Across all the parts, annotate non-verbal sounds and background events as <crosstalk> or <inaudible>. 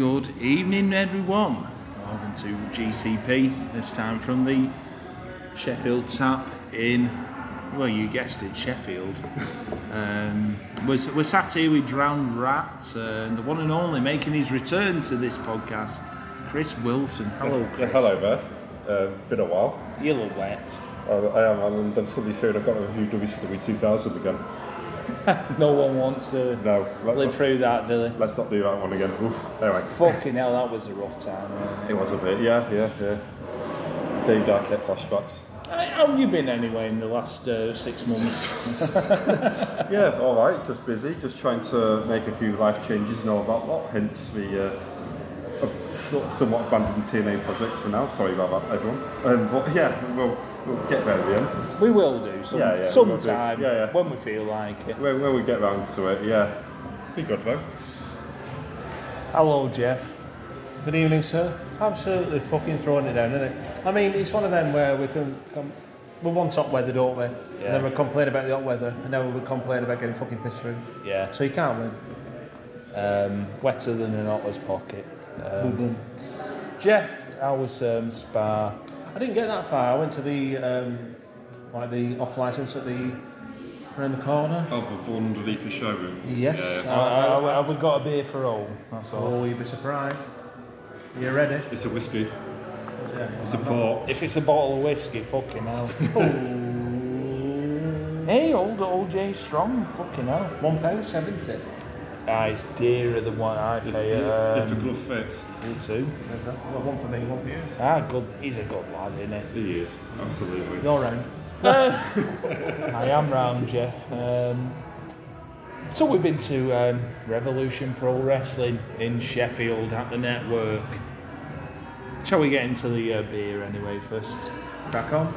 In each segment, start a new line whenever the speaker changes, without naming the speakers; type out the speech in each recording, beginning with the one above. Good evening, everyone. Welcome to GCP, this time from the Sheffield Tap in, well, you guessed it, Sheffield. Um, we're, we're sat here with Drowned Rat, uh, and the one and only making his return to this podcast, Chris Wilson. Hello,
Yeah,
Chris.
hello there. Uh, been a while.
You look wet.
I, I am, and I'm suddenly feeling I've got to review WCW 2000 again.
No one wants to
No, let,
live through that, do they?
us not do that one again. Oof. Anyway,
Fucking hell, that was a rough time. wasn't it?
it was a bit, yeah, yeah, yeah. Dave Darkett <laughs> flashbacks.
Hey, How have you been anyway in the last uh, six
<laughs>
months?
Yeah, all right, just busy, just trying to make a few life changes and all that lot, hence the uh, a sort- somewhat abandoned TNA projects for now. Sorry about that, everyone. Um, but yeah, we'll, we'll get there at the end.
we will do some,
Yeah, yeah, we will do.
sometime
Yeah, yeah.
when we feel like it.
When, when we get round to it, yeah. Be good though.
Hello, Jeff. Good evening, sir. Absolutely fucking throwing it down, isn't it? I mean, it's one of them where we can. Um, we want hot weather, don't we? And then we complain about the hot weather, and then we complain about getting fucking pissed through.
Yeah,
So you can't win.
um, wetter than an otter's pocket. Um, Jeff, I was um, spa.
I didn't get that far. I went to the um, like the off license at the around the corner.
Oh, the Vaughan Relief Showroom.
Yes.
I, I, I, we got a beer for all. That's all.
Oh, you'd be surprised. You ready?
It's a whiskey.
Yeah.
It's a port.
If it's a bottle of whiskey, fucking hell. <laughs> hey, old old J Strong, fucking hell.
One pound seventy.
Ah, it's dearer than what I pay.
if a
Um,
glove fits,
you too.
There's that. Well, one for me, one for you.
Ah, good. He's a good lad, isn't he?
he is. Absolutely.
You're round.
I am round, Jeff. Um, so we've been to um, Revolution Pro Wrestling in Sheffield at the network. Shall we get into the uh, beer anyway first?
Crack on.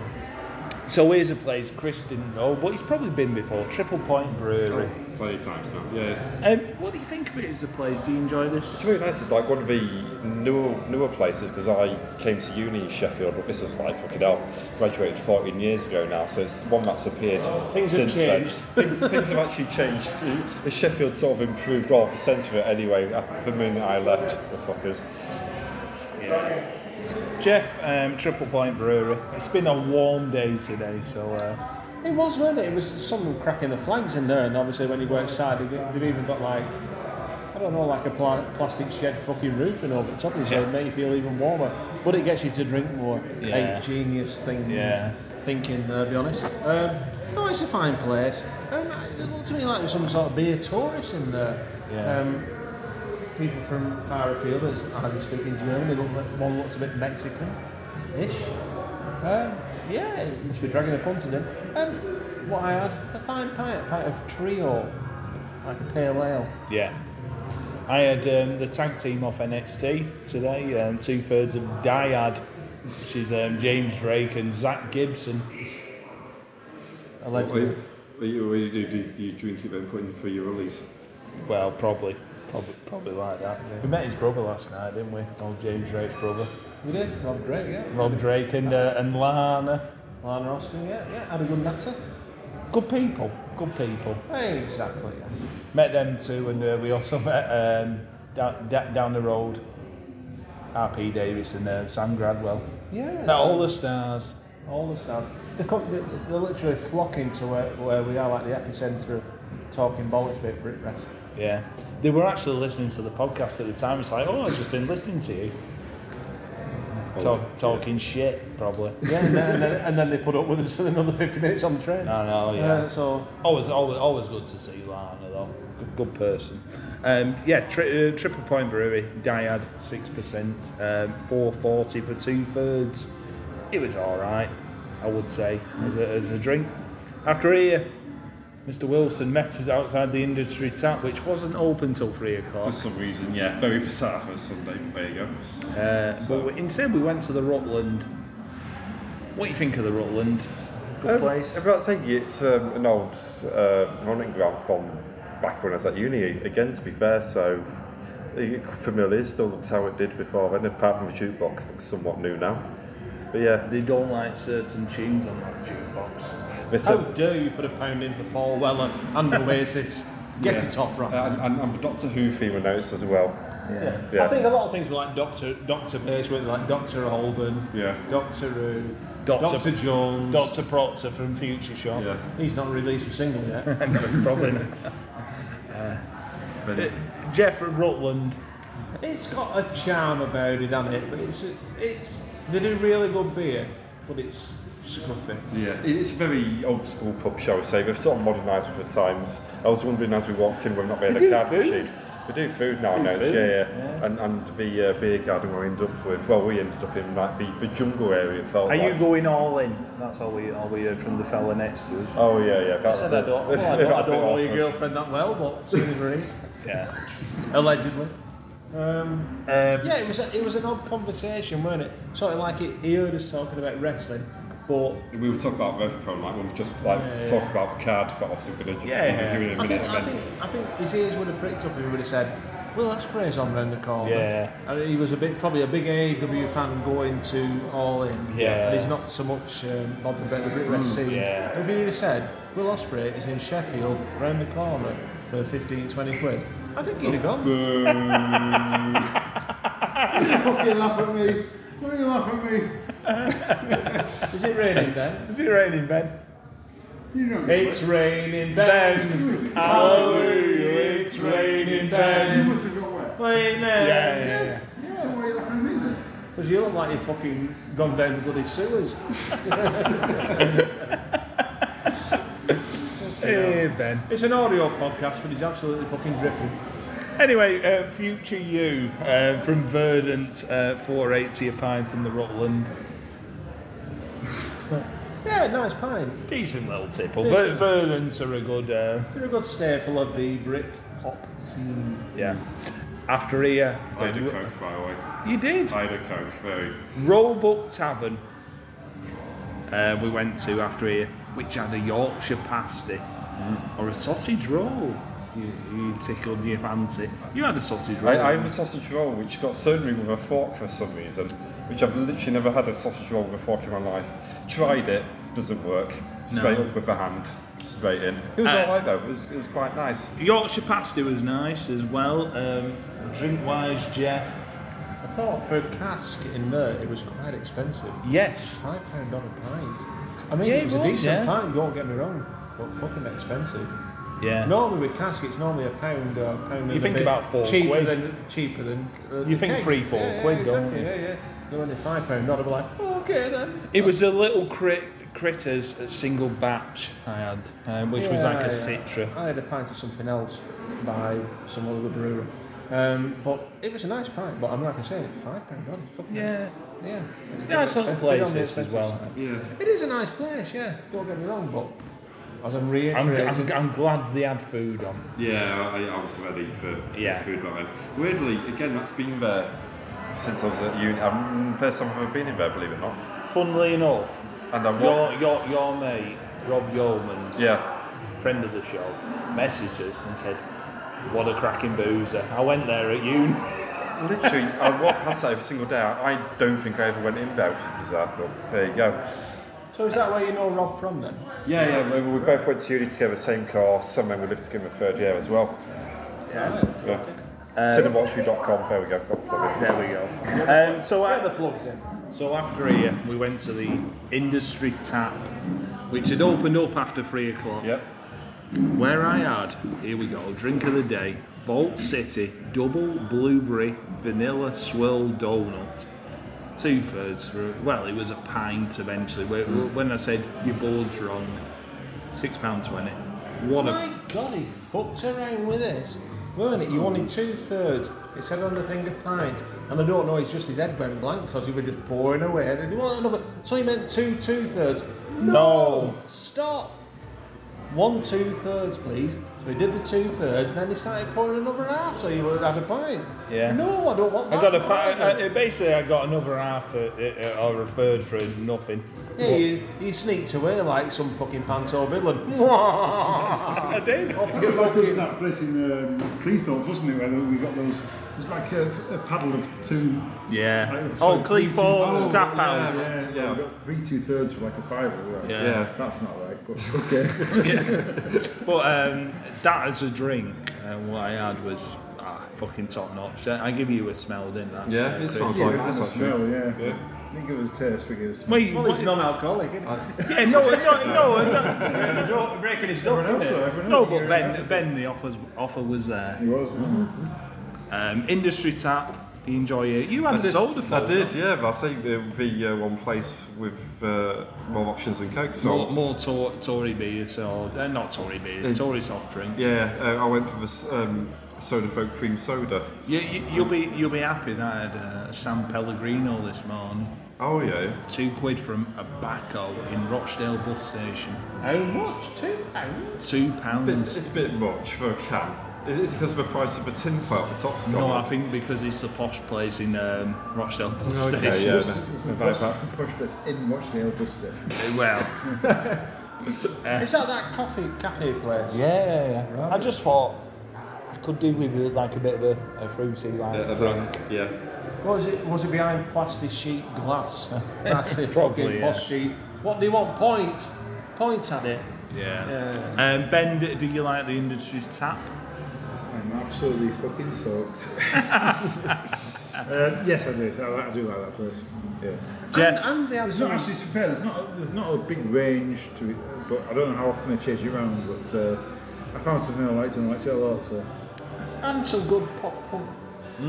So here's a place Chris didn't know, but he's probably been before. Triple Point Brewery.
Plenty of times now. Yeah.
Um, what do you think of it as a place? Do you enjoy this?
It's really nice. It's like one of the newer newer places because I came to uni in Sheffield, but this is like fucking hell. Graduated 14 years ago now, so it's one that's appeared.
Oh, Things have
since then.
changed.
<laughs> Things, things have actually changed. The Sheffield sort of improved all the sense of it anyway. uh, The minute I left, the fuckers.
Jeff, um,
Triple Point Brewery. It's been a warm day today, so uh,
It was, weren't it? It was someone cracking the flags in there, and obviously when you go outside, they've, they've even got like, I don't know, like a pla- plastic shed fucking roof and over the top of it, so it made you feel even warmer. But it gets you to drink more.
Yeah.
A genius thing.
Yeah.
Thinking, uh, to be honest. Um, no, it's a fine place. Um, it looked to me like there's some sort of beer tourists in there.
Yeah.
Um, people from far afield that hardly speak in German. They look, like- one looks a bit Mexican-ish. Um, yeah, it must be dragging the punters in. Um, what I had, a fine pint, a pint of trio, like a pale ale.
yeah. I had um, the tag team off NXT today, um, two thirds of Dyad, which is um, James Drake and Zach Gibson.
Allegedly.
you, do, do, you drink it then put in for your release?
Well, probably, probably, probably like that. We met his brother last night, didn't we? Old James Drake's brother,
We did, Rob Drake, yeah.
Rob Drake and uh, and Lana.
Lana Austin, yeah, yeah, had a good natter.
Good people, good people.
Hey, exactly, yes.
Met them too, and uh, we also <laughs> met um, down, da- down the road. RP Davis and uh, Sam Gradwell.
Yeah.
Now all the stars.
All the stars. They come, they, they're literally flocking to where, where we are, like the epicentre of talking bollocks bit Brit Rest.
Yeah. They were actually listening to the podcast at the time. It's like, oh, I've just been listening to you. Talk, talking shit, probably.
Yeah, and then, and, then, and then they put up with us for another 50 minutes on the train.
I know, yeah.
Uh, so,
Always, always, always good to see Lana, though. Good, good person. Um, yeah, tri- uh, Triple Point Brewery, Dyad, 6%, um, 440 for two thirds. It was all right, I would say, as a, as a drink. After here, Mr. Wilson met us outside the industry tap, which wasn't open till three o'clock.
For some reason, yeah. Very bizarre for a Sunday, but there you go.
Uh, but we- instead, we went to the Rutland. What do you think of the Rutland? Good
Um,
place.
I'm about saying it's um, an old uh, running ground from back when I was at uni. Again, to be fair, so it- familiar still looks how it did before. Then apart from the jukebox, looks somewhat new now. But yeah,
They don't like certain tunes on that jukebox.
it's
how dare you put a pound in for <laughs> Paul Weller and Oasis? Get it off, right?
Uh, and, and, and the Doctor Who theme I noticed as well.
Yeah.
Yeah.
Um, I think a lot of things were like Doctor Doctor Base, were like Doctor Holden,
Yeah.
Doctor Who,
Doctor-
Doctor Jones.
Dr. Proctor from Future Shock.
Yeah.
He's not released a single <laughs> yet.
<laughs> No, probably not.
But,
Uh, Jeffrey Rutland.
it's got a charm about it, hasn't it? But it's it's they do really good beer, but it's scruffy.
yeah, it's very old school pub, shall we say. They've sort of modernised with the times. I was wondering as we walked in, we've not made
They do
a card
food.
machine. We do food now, no, yeah,
food,
yeah. And, and the uh, beer garden we ended up with, well, we ended up in like the, the jungle area. it Felt
Are you
like.
going all in? That's all we all we heard from the fella next to us.
Oh, yeah, yeah. That's
Said
<laughs>
I
it.
don't, well, I don't, I
That's a
don't
bit
know your
awkward.
girlfriend that well, but soon as we're <laughs> in,
Yeah.
allegedly. Um,
Um,
Yeah, it was a, it was an odd conversation, weren't it? Sort of like it, he heard us talking about wrestling, but
We were talking about everything, like we were just like
Yeah, yeah.
talk about the card, but obviously we're gonna just
Yeah, yeah.
we're doing it in a
I think,
minute.
I
and
think
then
I think his ears would have pricked up if he would have said, "Well, that's Spray's on round the corner."
Yeah.
and he was a bit probably a big AEW fan going to All In.
Yeah. Mm,
and he's not so much um, bothered about the Brit West scene.
yeah.
But if he would have said, "Will Osprey is in Sheffield round the corner for 15, 20 quid," I think he'd have gone.
fucking laugh at me. Why are you laugh at me?
Is it raining then?
is it raining, Ben?
You know
it's raining, Ben. Hallelujah! It's raining,
You
Ben.
must have got wet.
Play now.
Yeah, yeah, yeah.
So why are you laughing at me then?
Because you look like you've fucking gone down the bloody sewers.
Hey, Ben.
It's an audio podcast, but he's absolutely fucking dripping.
Anyway, uh, future you uh, from Verdant, uh, 480 a pint in the Rutland.
Yeah, nice pint.
Decent little tipple. Ver-
Decent.
Verdants are a good. Uh,
They're a good staple of the Brit hop scene.
yeah. After here,
I had a coke, by the way.
you did.
I had a coke. Very.
Roebuck Tavern uh, we went to after here, which had a Yorkshire pasty
Mm.
or a sausage roll. You, you tickled your fancy. You had a sausage roll.
I, I have a sausage roll which got served me with a fork for some reason, which I've literally never had a sausage roll with a fork in my life. Tried it, doesn't work. Straight up with a hand, straight in. It was
Uh,
alright though. It was, it was quite nice.
Yorkshire pasty was nice as well. Um, drink wise, Jeff.
I thought for a cask in there, it was quite expensive.
Yes.
Five pound on a pint. I mean,
Yeah,
it was,
it
a
was,
decent
yeah.
pint. Don't get me wrong, but fucking expensive.
Yeah.
Normally with cask, it's normally a pound or a pound. and
You
a
think
bit
about four
cheaper
quid.
Than, cheaper than. Uh,
You think
keg.
three, four
yeah,
quid,
yeah,
don't
exactly,
you?
Yeah, yeah. They're only five pound. Not be like, oh, okay then.
It was a little crit, critters a single batch I had, um, which was
Yeah,
like a
yeah.
citra.
I had a pint of something else by some other brewer. Um, but it was a nice pint, but I'm like I say, five pound on. fucking-
Yeah.
yeah.
Nice little
It's a bit on
place
the
this as
expensive
well.
side.
Yeah.
It is a nice place, yeah. Don't get me wrong, but as I'm
I'm,
reiterating,
I'm, I'm glad they had food on.
Yeah, I, I was ready for
Yeah.
food by then. Weirdly, again, that's been there since I was at uni. I'm first time I've ever been in there, believe it or not.
Funnily enough,
And I'm
your, your, your mate, Rob Yeomans,
yeah.
friend of the show, messaged us and said, What a cracking boozer. I went there at uni.
Literally, I walk past that every single day. I I don't think I ever went in there, which is bizarre, but there you go.
So is that where you know Rob from then?
Yeah, yeah, we, we both went to uni together, same course, and then we lived together third year as well.
Yeah.
Yeah. Cinemawatchery.com, there we go. Got plug in.
There we go. Um, so
Where the
I,
plugs in?
so after here, we went to the Industry Tap, which had opened up after three o'clock.
Yep.
Where I had, here we go, drink of the day, Vault City double blueberry vanilla swirl donut. Two thirds for, well, it was a pint eventually. Wh- wh- When I said your board's wrong, £6.20. What
My
a.
God, he fucked around with it, weren't it? You wanted two thirds. It said on the thing a pint, and I don't know. It's just his head went blank because he was just pouring away. And you want another? So he meant two two thirds.
No.
stop. One two thirds, please. So he did the two thirds, and then he started pouring another half. So you would have had a pint.
Yeah.
No, I don't want that.
I got a
pint.
pint, uh, I, basically I got another half uh, uh, or a third for nothing.
yeah, you, you sneaked away like some fucking panto villain.
<laughs> I did.
It was like us in that place in um, Cleethorpes, wasn't it, where we got those, it was like a, a paddle of two...
Yeah.
like,
Oh,
like three
Cleethorpes
two-
Tap
yeah,
House.
Yeah, yeah, we got three two-thirds for like a fiver, right?
Yeah.
Yeah.
That's not right, but <laughs> okay.
But um, that as a drink, uh, what I had was ah, fucking top notch. I I give you a smell, didn't I?
Yeah,
Uh,
it
Chris?
smells
Yeah,
like
it was a
this, actually.
smell, yeah.
Yeah.
I think it was taste, but it was.
Wait,
Well,
what-
it's non-alcoholic, isn't it?
yeah, no, no, no, no,
You're breaking his
Everyone
door.
else, though, everyone
no.
else.
But
Yeah,
Ben, Ben, the offers offer was there.
It was, wasn't it?
Um, industry tap, you enjoy it. You
I
haven't
did,
sold a
I
photo.
did, yeah. But I say it would be uh, one place with uh, more options than Coke. So
More, more tor- Tory beers, or uh, not Tory beers, Tory soft drink.
yeah, uh, I went for this um, soda folk cream soda.
You, you, you'll be you'll be happy that I had uh, San Pellegrino this morning.
Oh yeah,
Two quid from a bacco in Rochdale bus station.
How much? Two pounds?
Two
it's,
pounds.
it's a bit much for a can. Is it because of the price of a tin foil at the top's gone
No, I
up?
think because it's a posh place in um, Rochdale bus
Okay,
station.
yeah,
<laughs>
no, about that.
Push this in, watch the Elbus stuff.
Well,
Is that that coffee cafe place?
Yeah, yeah, yeah. I just thought I could do with like a bit of a, a fruity like.
Yeah, about- yeah.
What was it? Was it behind plastic sheet <laughs> glass? That's it.
Probably,
fucking boss sheet. What do you want? Point. Point at it.
yeah. Um, ben, d- do you like the industry tap?
I'm absolutely fucking <laughs> soaked. uh, yes, I did. I, like- I do like that place. Yeah.
Jeff,
And, and they had
There's not
some.
actually to be fair. There's not there's not a big range to it, but I don't know how often they change it around. But uh, I found something I liked and I liked it a lot. So
And some good pop punk,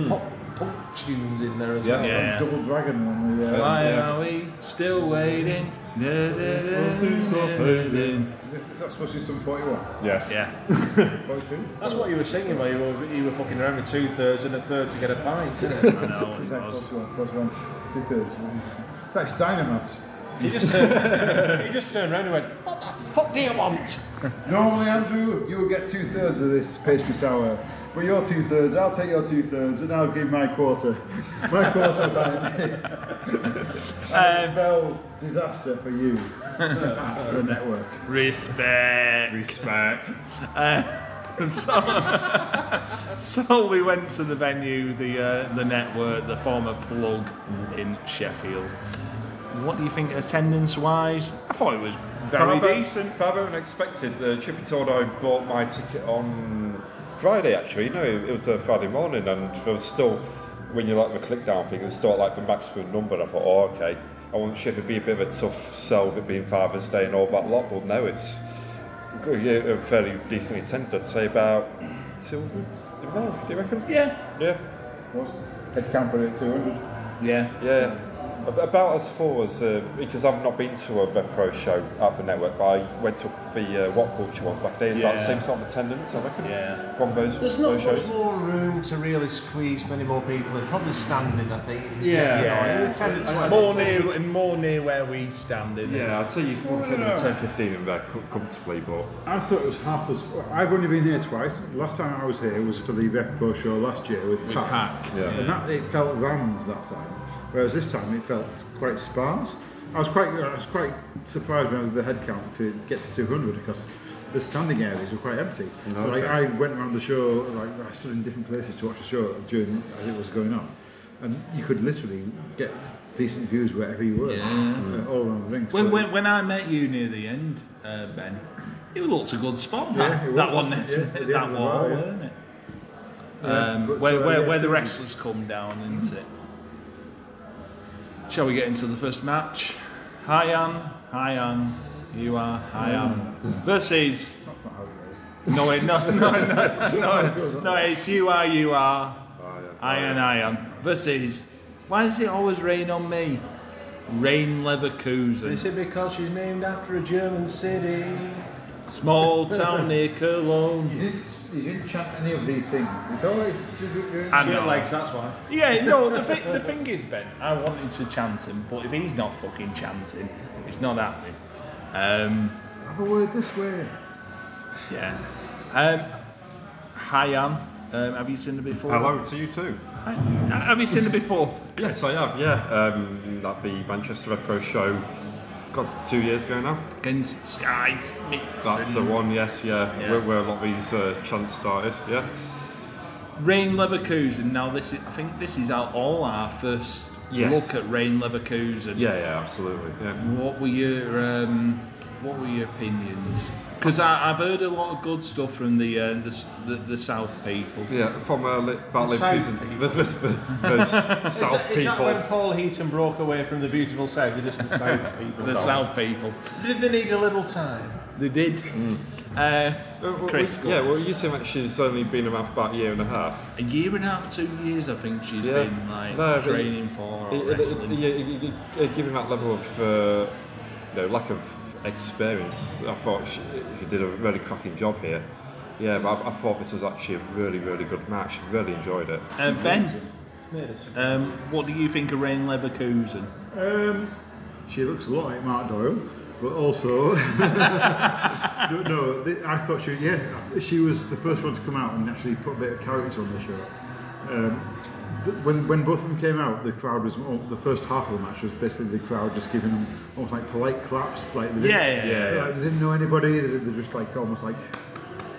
pop punk tunes in there as
Yeah.
well.
Yeah.
Double Dragon on the. Uh,
why
yeah.
are we still waiting? Da, da, da, da, da, da.
Is that supposed to be some 41?
Yes.
Yeah.
42?
That's what you were singing while you were, you were fucking around with two thirds and a third to get a pint. Isn't it? <laughs>
I know it
It's like
was.
41, 41, two thirds. It's like Steiner maths.
you just turned, you just turned around and went, "What the fuck do you want?"
Normally, Andrew, you will get two thirds of this pastry sour, but your two thirds, I'll take your two thirds, and I'll give my quarter. <laughs> My quarter of that. It spells disaster for you. That's the network.
Respect.
Respect.
so, <laughs> so we went to the venue, the uh, the network, the former plug in Sheffield. What do you think attendance wise? I thought it was very
Fabo-
decent.
Fabo and expected. Uh, Chippy told I bought my ticket on Friday actually. No, it was a Friday morning, and there was still when you like the click down thing, it was still like the maximum number. And I thought, oh okay. I wasn't sure it'd be a bit of a tough sell with it being Father's Day and all that lot, but no, it's good, yeah, a fairly decently attended. I'd say about 200. Well, do you reckon?
Yeah,
Yeah,
What's head camper at 200?
yeah.
yeah. Ab- About as full as uh, because I've not been to a Repro show at the network, but I went to the uh, What Culture ones back then. About the
Yeah.
same sort of attendance, I reckon.
Yeah.
From those,
There's not
those
much
shows.
more room to really squeeze many more people in. Probably standing, I think.
Yeah.
You know, the attendance went-
More near, more near where we stand in.
Yeah, I'd say you can fit
Yeah.
10, 15 in there com- comfortably, but
I thought it was half as. I've only been here twice. Last time I was here was for the Repco show last year with,
With Pac.
Yeah.
And that it felt rammed that time, whereas this time it felt quite sparse. I was quite I was quite surprised when I was at the head count to get to 200 because the standing areas were quite empty.
No,
Like
okay.
I went around the show, like I stood in different places to watch the show during as it was going on, and you could literally get decent views wherever you were, uh, all around the ring.
When,
So-
when, when I met you near the end, uh, Ben, it looked a good spot. That,
Yeah, it
that
was.
one,
Yeah,
that's-
at the end
that
of the
wall,
bar, yeah.
wasn't it?
Yeah,
Um,
but
where,
so,
where,
yeah,
where the
so-
wrestlers come down, isn't it? Shall we get into the first match? Hayan, Hayan, you are Hayan versus.
Mm. That's not how it goes.
No, wait, no, no, no, no, no, it's you are, you are, Hayan, Hayan versus. Why does it always rain on me? Rain Leverkusen,
Is it because she's named after a German city?
small town near Cologne.
You didn't, you didn't chant any of these things. It's always.
I
She had
know.
legs, that's why.
Yeah, no, the, thi- the thing is, Ben, I wanted to chant him, but if he's not fucking chanting, it's not happening. Um,
Have a word this way.
yeah. Um, hi, Anne. Um, have you seen her before?
hello to you too.
Hi. Uh, Have you seen her before?
Yes, I have. Yeah, um, at the Manchester Repro show, got two years ago now.
Against Sky Smith.
That's the
and
one. Yes, yeah,
Yeah.
Where, where a lot of these uh, chants started. Yeah.
Rain Leverkusen. Now, this is, I think this is our, all our first
Yes.
look at Rain Leverkusen.
Yeah, yeah, absolutely. Yeah.
What were your um, What were your opinions? Because I've heard a lot of good stuff from the uh, the, s- the the South people.
Yeah, from uh, li- about
South
Liverpool's <laughs>
people.
those, those
<laughs> Is
South
that, is that
people. Uh,
when Paul Heaton broke away from the beautiful South?
<laughs>
They're just the South people.
The South people.
Did they need a little time?
They did. Uh,
Uh, well,
Chris, go
yeah, well, you seem like she's only been around for about a year and a half.
a year and a half, two years, I think she's
Yeah.
been like
No, but
training for or
It- it-
wrestling.
yeah, it- it- it- given that level of uh, you know, lack of experience, I thought she, she did a really cracking job here. Yeah, but I, I thought this was actually a really, really good match. Really enjoyed it.
Uh, ben, um, what do you think of Rain Leverkusen?
Um, she looks a lot like Mark Doyle, but also <laughs> no, no th- I thought she yeah she was the first one to come out and actually put a bit of character on the show. Um, th- when, when both of them came out, the crowd was oh, the first half of the match was basically the crowd just giving them almost like polite claps, like they didn't,
Yeah, yeah,
yeah.
like, they didn't know anybody. They, they just like almost like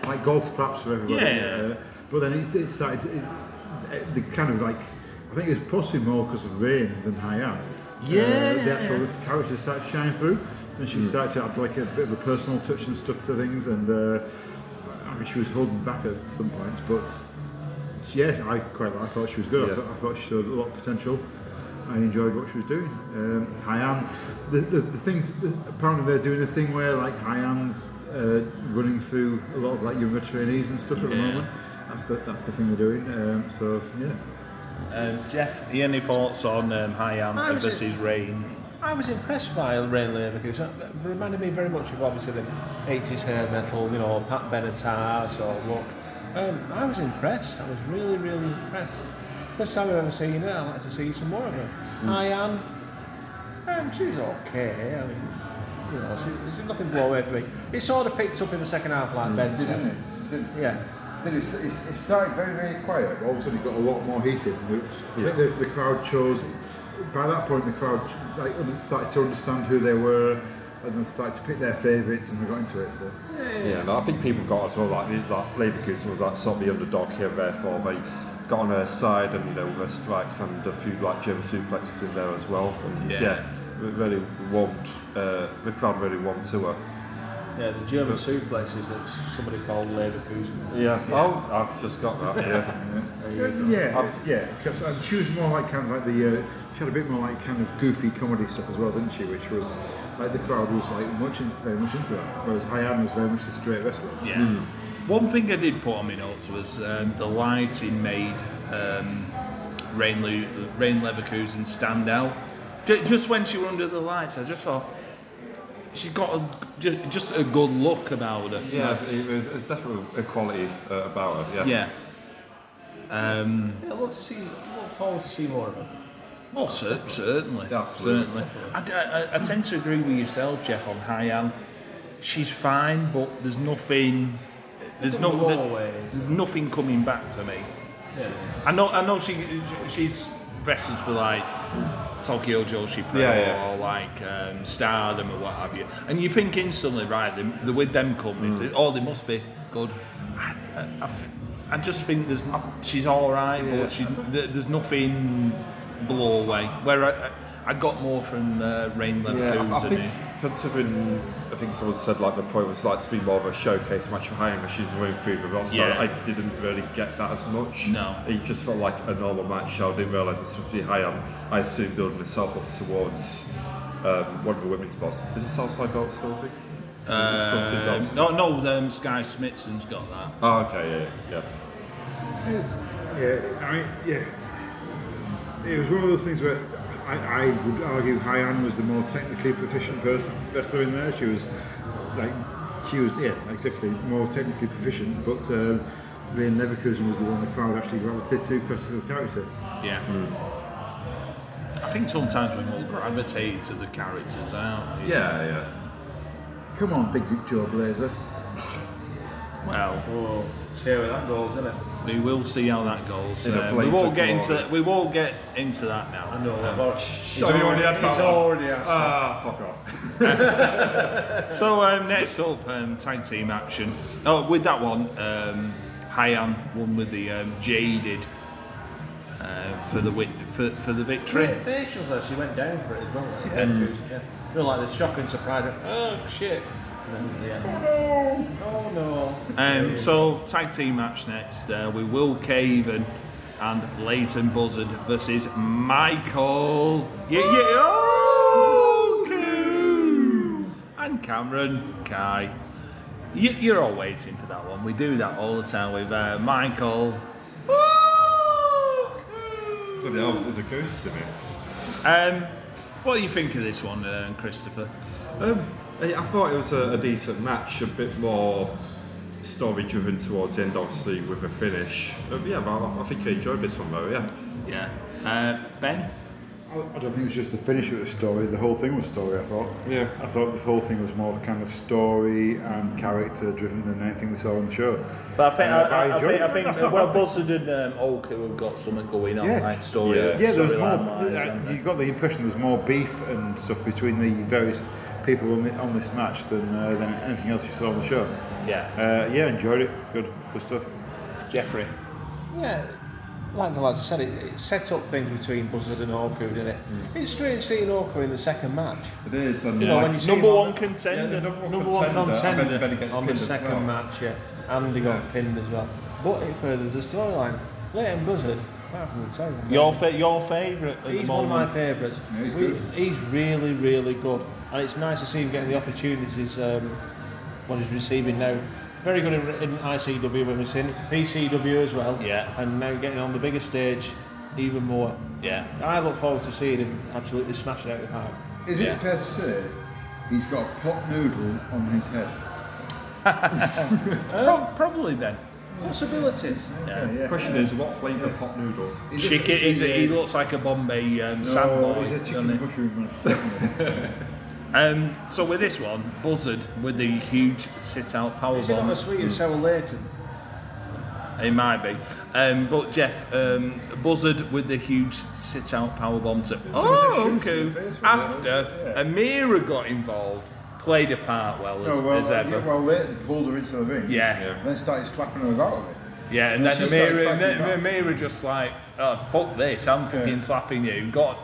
like golf claps for everybody.
Yeah.
Uh, but then it, it started. It, it, the kind of like I think it was possibly more because of rain than Hayam.
Yeah.
Uh,
Hmm.
the actual characters started to shine through, and she started to add like a bit of a personal touch and stuff to things. And uh, I mean, she was holding back at some points, but yeah, I quite I thought she was good.
Yeah.
I, thought, I thought she showed a lot of potential. I enjoyed what she was doing. Um, Hayan, the, the, the things the, apparently they're doing a thing where like Hayan's uh, running through a lot of like younger trainees and stuff at the
Yeah.
moment. That's the that's the thing they're doing. Um, so yeah,
Uh,
Um, Jeff, any thoughts on um, Hayam
I was
versus Rain?
I was impressed by Rain Leverkusen. It reminded me very much of obviously the 80s hair metal, you know, Pat Benatar sort of look. Um, I was impressed. I was really, really impressed. First time I've ever seen it, I'd like to see some more of her. I am. Um, she was okay. I mean, you know, she, there's nothing to blow away from me. It sort of picked up in the second half, like Ben
didn't
said.
it? Didn't,
Yeah.
Then it, it, it started very, very quiet. but All of a sudden, it got a lot more heated. And we- I think the, the crowd chose. By that point, the crowd like un- started to understand who they were, and then started to pick their favourites, and we got into it. So
Yeah, no, I think people got as well like that Leverkusen was like sort of the underdog here, therefore they got on their side and you know their strikes and a few like German suplexes in there as well. And,
Yeah.
it really warmed uh, the crowd really warmed to her.
Yeah, the German suplexes that somebody called Leverkusen.
Yeah, Oh, I've just got that. Yeah,
yeah, yeah, because and she was more like kind of like the uh, she had a bit more like kind of goofy comedy stuff as well, didn't she? Which was like the crowd was like much in, very much into that, whereas Hayan was very much the straight wrestler.
Yeah.
Hmm.
One thing I did put on my notes was um, the lighting made um, Rain, Lu- Rain Leverkusen stand out. Ju- Just when she were under the lights, I just thought she's got a, ju- just a good look about her.
<laughs> yeah, it was, it's definitely a quality uh, about her. Yeah.
Yeah. Um,
Yeah, I look to see, look forward to see more of her.
well, cer- certainly.
Yeah, absolutely.
Certainly. I, I- I tend to agree with yourself, Jeff, on Hayan. She's fine, but there's nothing. There's
Nothing
no.
to blow away, is
There's nothing coming back for me.
Yeah.
I know, I know she she's wrestled for like Tokyo Joshi Pro
Yeah, yeah.
or like um, Stardom or what have you, and you think instantly, right? They, they're with them
Hmm.
companies. They, oh, they must be good. I, I- I thi- I just think there's not, she's all right, but she, there- there's nothing blow away. Where I, I- I got more from uh, Rain
Yeah, I- I
Leverkusen.
think considering, I think someone said like the point was like to be more of a showcase match for Hayama. She's running through the roster.
Yeah.
I didn't really get that as much.
No.
it just felt like a normal match. I didn't realise it was supposed to be Hayama. I assumed building herself up towards um, one of the women's belts. Is it Southside belt still? I think? Still two
Um,
belts?
no, no, um, Sky Smitson's got that.
Oh, okay, yeah, yeah. yeah.
Yeah, I mean, yeah. It was one of those things where I, I would argue Hayan was the more technically proficient person wrestler in there. She was like, she was yeah, exactly more technically proficient. But um, Rain Leverkusen was the one the crowd actually gravitated to because of her character.
Yeah. I think sometimes we more gravitate to the characters, aren't we?
Yeah, yeah.
Come on, big Joe Blazer.
Well,
Oh, see where that goes, isn't it?
we will see how that goes.
In a
Um, we
place
won't
of
get into
glory.
that. We won't get into that now.
I know. I've already, Uh, he's
Have you already had that
he's
one?
already asked.
Ah, fuck off.
So um, next up, um, tag team action. Oh, with that one, um, Hayan won with the um, jaded uh, for the wit- for, for the victory.
Great facials though, she went down for it as well. Like, yeah. yeah. You know, like the shock and surprise. of, Oh shit! Oh no.
Um, so tag team match next uh, with Will Caven and Leighton Buzzard versus Michael yeah, yeah, oh, Coo- and Cameron Kai. You, you're all waiting for that one. We do that all the time with uh, Michael. Oh, Coo-
Bloody hell, there's a ghost in it.
Um, what do you think of this one, uh, Christopher?
Um, I I thought it was a, a decent match, a bit more story driven towards the end, obviously, with a finish. But yeah, I, I think I enjoyed this one though, yeah.
Yeah. Uh, ben?
I I don't think it was just the finish of the story. The whole thing was story. I thought.
Yeah.
I thought this whole thing was more kind of story and character driven than anything we saw on the show.
But I think,
Uh,
I, I, I
enjoyed
think,
it.
I think
That's not
well,
bad thing.
Buzzard and um, Oakley have got something going on,
Yeah.
like story.
Yeah.
Yeah, there was more.
storyline-wise, haven't
uh,
they?
you got the impression there's more beef and stuff between the various people on, the, on this match than uh, than anything else you saw on the show.
yeah.
Uh, yeah, enjoyed it. Good, good stuff.
Jeffrey.
Yeah, like the lads have said, it, it set up things between Buzzard and Orku, didn't it? It's strange seeing Orku in the second match.
It is, and uh,
You know, when you see
Number
him on
one
the-
contender.
Yeah, number one
number one
contender, and
contender
then he gets
on the
pinned as
second
well.
match, yeah. And he got pinned as well. But it furthers the storyline. Leighton Buzzard, apart from the terrible man,
Your, fa- your favourite at the
he's one
moment?
of my favourites.
Yeah, he's
We-
good.
he's really, really good. And it's nice to see him getting the opportunities um, what he's receiving now. Very good in, in ICW, but he's in PCW as well.
Yeah.
And now getting on the bigger stage even more.
yeah.
I look forward to seeing him absolutely smash it out of the park.
Is
Yeah.
it fair to say he's got a pot noodle on his head? Uh,
Prob- probably then.
Possibilities.
Yeah.
The question is, what flavour pot noodle?
Is it-
Chicken,
is
he's,
it
he
a-
looks like a Bombay um,
No,
sandboy.
he's a
doesn't he?
chicken mushroom man.
Um, so with this one, Buzzard with the huge sit-out power
Is it not
bomb.
a sweet and sour Leighton?
It might be, um, but Jeff um, Buzzard with the huge sit-out power bomb to
a
oh, cool.
shoot to the face, wasn't
After
it? Yeah.
Amira got involved, played a part well as,
No, well,
as
yeah,
ever.
well, Leighton pulled her into the ring.
Yeah.
Yeah.
Then started slapping her about with it.
Yeah, and
Well,
then
she started
Amira, and
fighting
then Amira just like, oh fuck this, I'm fucking
Yeah.
slapping you. Got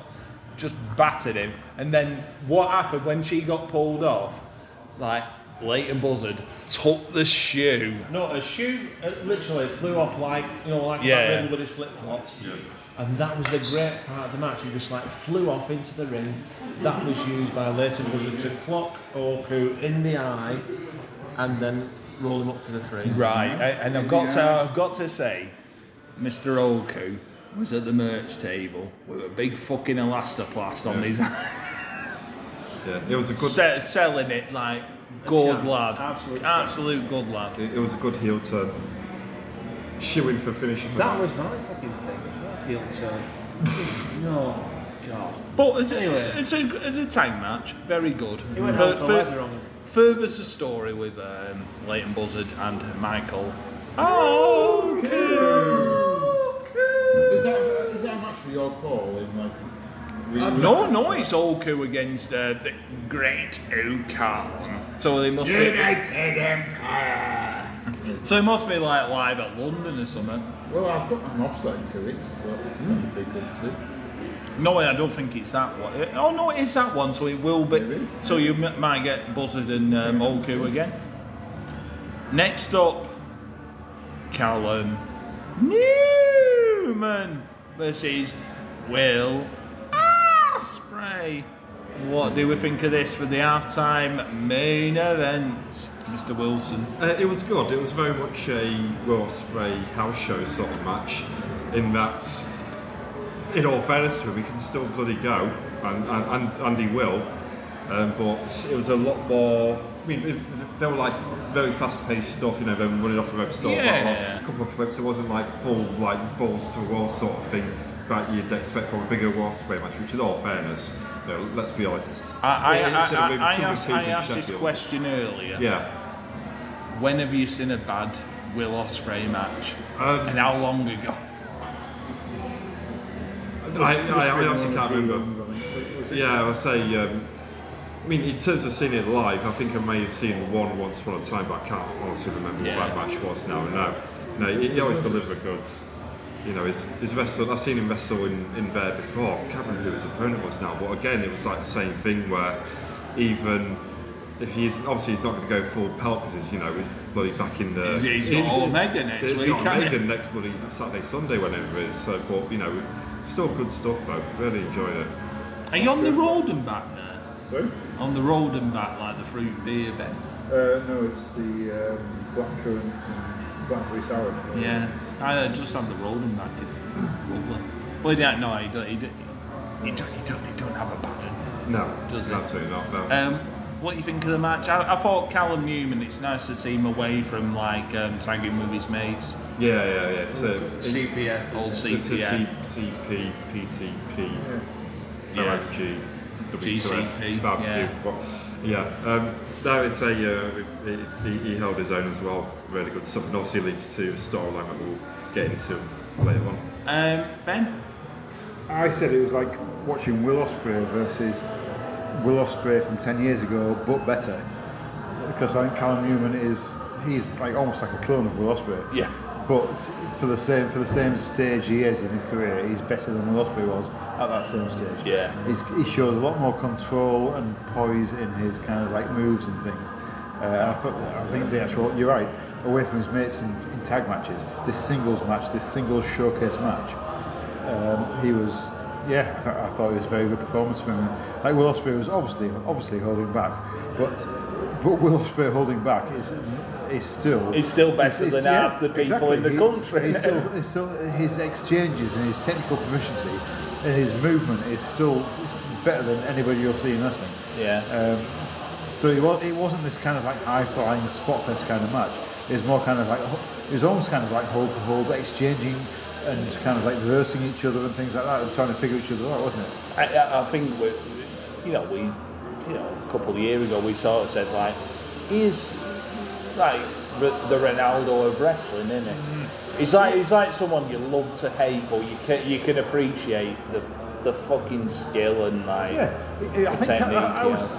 just battered him, and then what happened when she got pulled off? Like Leighton Buzzard took the shoe.
No, a shoe uh, literally flew off like, you know, like
Yeah.
everybody's flip flops. And that was the great part of the match. He just like flew off into the ring. That was used by Leighton Buzzard to clock Orku in the eye and then roll him up for the three.
Right, a- and I've got to, I've got to say, Mr. Oku was at the merch table with a big fucking elastoplast on his
Yeah, it was a good.
se- selling it like good
Yeah,
lad,
absolute champ.
absolute good lad.
It, it was a good heel turn. Shooing for finishing. for
That was my fucking thing as well. Heel turn. <laughs> no. God.
But it's, anyway.
Anyway.
it's, a, it's a tag match, very good.
He went
Fur-
out for
fur-
leather on him.
furthers the story with um, Leighton Buzzard and Michael. Oh,
Is that, is that a match for your call in like three weeks?
Uh, No, no, it's Oku against uh, the great Okan. So they must United Empire. So it must be like live at London or something.
Well, I've got an offset to it, so that'd be good to see.
No, I don't think it's that one. Oh no, it is that one. So it will be.
Maybe.
So you m- might get Buzzard and um, Oku again. Next up, Callum Newman versus Will Asprey. What do we think of this for the halftime main event, Mr. Wilson?
Uh, it was good. It was very much a Will Spray house show sort of match. In that, in all fairness to him, he can still bloody go, and, and, and, and he will. Um, but it was a lot more. I mean, it- they were like very fast-paced stuff. You know, them running off the rope stuff. like,
Yeah.
A couple of flips. It wasn't like full like balls to the wall sort of thing that you'd expect from a bigger Will Spray match. Which, in all fairness, you know, let's be honest.
I, I,
Yeah, it's a
I, I,
bit
I
too
asked, I
repeating
asked this
Sheffield.
question earlier.
Yeah.
When have you seen a bad Will Osprey match?
Um,
and how long ago?
I, I, I honestly can't remember.
remember.
Yeah, I'll say. Um, I mean, in terms of seeing it live, I think I may have seen one once upon a time, but I can't honestly remember
Yeah.
what that match was now. No, no, he, he always delivers the goods. You know, his, his wrestle. I've seen him wrestle in, in there before. I can't remember who his opponent was now, but again, it was like the same thing where even If he's obviously he's not going to go full pelt because he's you know he's bloody back in the.
He's- he's got Omega next
he's
week,
got
hasn't he?
Omega next bloody Saturday Sunday whenever it is. So, but you know, still good stuff though. Really enjoyed it.
Are you on the road and back now?
Sorry?
On the road and back, like the fruit beer Ben?
Uh, no, it's the um, blackcurrant and blackberry sour.
Yeah, I uh, just had the rolling back in Lovely. But he don't, no, he don't, he don't, he don't, he don't, he don't have a pattern.
No,
Does it?
absolutely not. No.
Um, what do you think of the match? I, I thought Callum Newman, it's nice to see him away from like um, tagging with his mates,
yeah, yeah, yeah. So
CPF.
old
it's a C-
CTF,
CP, PCP,
Yeah.
OMG,
GCP,
W2F, barbecue.
yeah.
what- Yeah, um, no, it's a, uh, he, he- he held his own as well. Really good stuff. And obviously leads to a storyline that we'll get into later on.
Um, ben?
I said it was like watching Will Osprey versus Will Osprey from 10 years ago, but better. Because I think Callum Newman is, he's like almost like a clone of Will Osprey.
Yeah.
But for the same for the same stage he is in his career, he's better than Will Ospreay was at that same stage.
Yeah.
he's, he shows a lot more control and poise in his kind of like moves and things. Uh, I, thought, I think the actual you're right. Away from his mates in, in tag matches, this singles match, this singles showcase match, um, he was yeah. I, th- I thought it was a very good performance from him. Like Will Ospreay was obviously obviously holding back, but but Will Ospreay holding back is is still
It's still better than half the people in the country.
He's still, he's still, his exchanges and his technical proficiency and his movement is still it's better than anybody you'll see in wrestling.
Yeah.
Um, so it, was, it wasn't this kind of like high flying spot fest kind of match. It was more kind of like it was almost kind of like hold for hold, exchanging and kind of like reversing each other and things like that, and trying to figure each other out, wasn't it?
I, I, I think we, you know we you know a couple of years ago we sort of said like he's like the the Ronaldo of wrestling, isn't it? He's like he's like someone you love to hate, but you can you can appreciate the the fucking skill and like
Yeah, I- I
the
think
technique.
I, I
he
would,
has.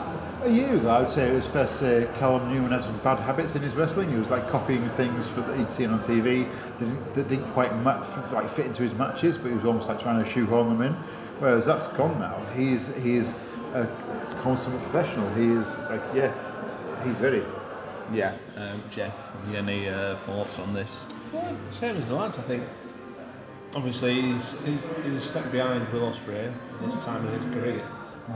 a year ago, I would say it was first to say Callum Newman had some bad habits in his wrestling. He was like copying things for, that he'd seen on TV that didn't, that didn't quite ma- like fit into his matches, but he was almost like trying to shoehorn them in. Whereas that's gone now. He's he's a consummate professional. He is like yeah, he's very.
Yeah, um, Jeff, have you any uh, thoughts on this?
Yeah, same as the lads, I think. Obviously, he's, he- he's a step behind Will Ospreay at this time in his career,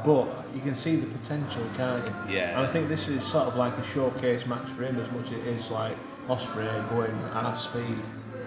but you can see the potential, can't you?
Yeah.
And I think this is sort of like a showcase match for him as much as it is like Ospreay going at half speed.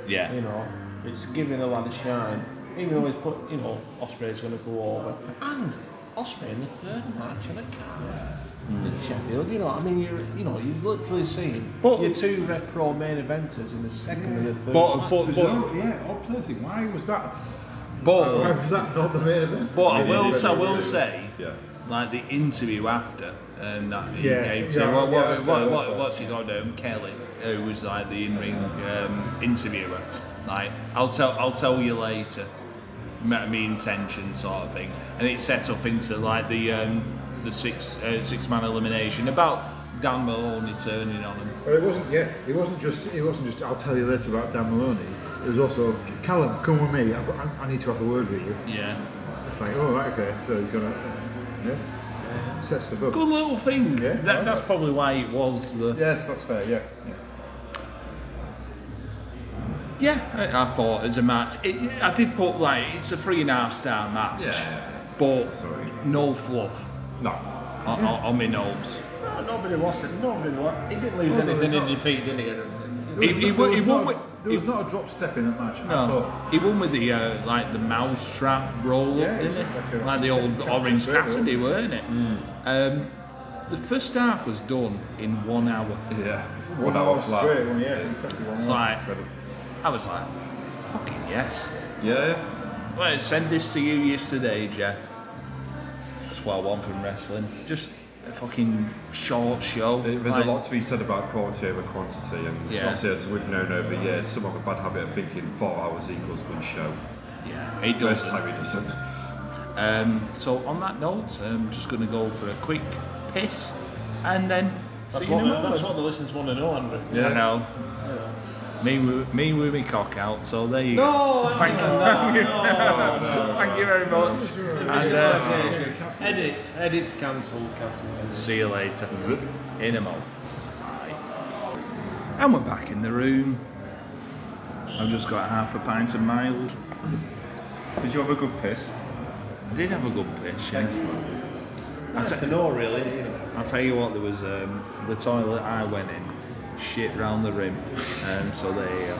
Yeah.
You know, it's giving the lad a shine, even though he's put, you know, Ospreay's going to go over. And Ospreay in the third match on a card.
Mm.
In Sheffield, you know, I mean, you're, you know, you've literally seen
But-
your two Rev Pro main eventers in the second and the third.
But
match.
but but
yeah, odd placing. Why was that? Why
but,
was that not the main event?
but I will I will say
Yeah.
like the interview after um, that he
Yes,
gave to
yeah,
what,
yeah,
what,
that's
what,
fair,
what,
that's
what's he called um, Kelly who was like the in-ring um, interviewer like I'll tell I'll tell you later me, me intention sort of thing and it's set up into like the um, the six uh, six man elimination about Dan Maloney turning on him
Well, it wasn't. Yeah, it wasn't just. It wasn't just. I'll tell you later about Dan Maloney. It was also Callum. Come with me. I've got, I, I need to have a word with you.
yeah
It's like, oh right, okay. So he's gonna, uh, yeah, set stuff up.
good little thing
Yeah,
that,
okay.
that's probably why it was the
Yes, that's fair. Yeah. yeah.
Yeah, I, I thought as a match, it, I did put like it's a three and a half star match,
Yeah, yeah, yeah.
but
Sorry.
no fluff
No.
on, on, on my notes.
No, nobody lost it. Nobody lost. He didn't lose
No, no,
anything
it's
in
not.
defeat, did he? I don't think.
He- he
There
won-
was
he won
not-
with-
There was
he-
not a drop step in that match at all.
No, he won with the uh, like the mousetrap roll
Yeah,
up,
it's
didn't he?
like a-
Like the old
Captain
Orange
Turtle.
Cassidy, weren't it?
Hmm.
Um, the first half was done in one hour.
Yeah. It's
One hour straight. One, yeah, exactly. One
It's
hour.
like
Incredible.
I was like, fucking yes.
Yeah, yeah.
Well, I sent this to you yesterday, Jeff. That's what I want from wrestling. Just a fucking short show.
There- There's
like-
a lot to be said about quality over quantity, and
Yeah.
obviously, as we've known over the years, some have a bad habit of thinking four hours equals one show.
Yeah,
Most
it does.
of the time it doesn't.
Um, so on that note, I'm just going to go for a quick piss, and then
That's,
see you
what
in a
the, that's
moment.
what the listeners want to know, Andrew.
I know.
You know.
Me, with- me with me cock out. So there you go.
No,
Thank you.
no, no, no.
<laughs> Thank you very much. And uh,
Edit, edit's cancelled, cancelled. edit.
see you later. In a mo. Bye. And we're back in the room. I've just got half a pint of mild.
Did you have a good piss?
I did have a good piss, yes. I
That's a no, really. You know.
I'll tell you what, there was um, the toilet I went in, shit round the rim. Um, so there you go.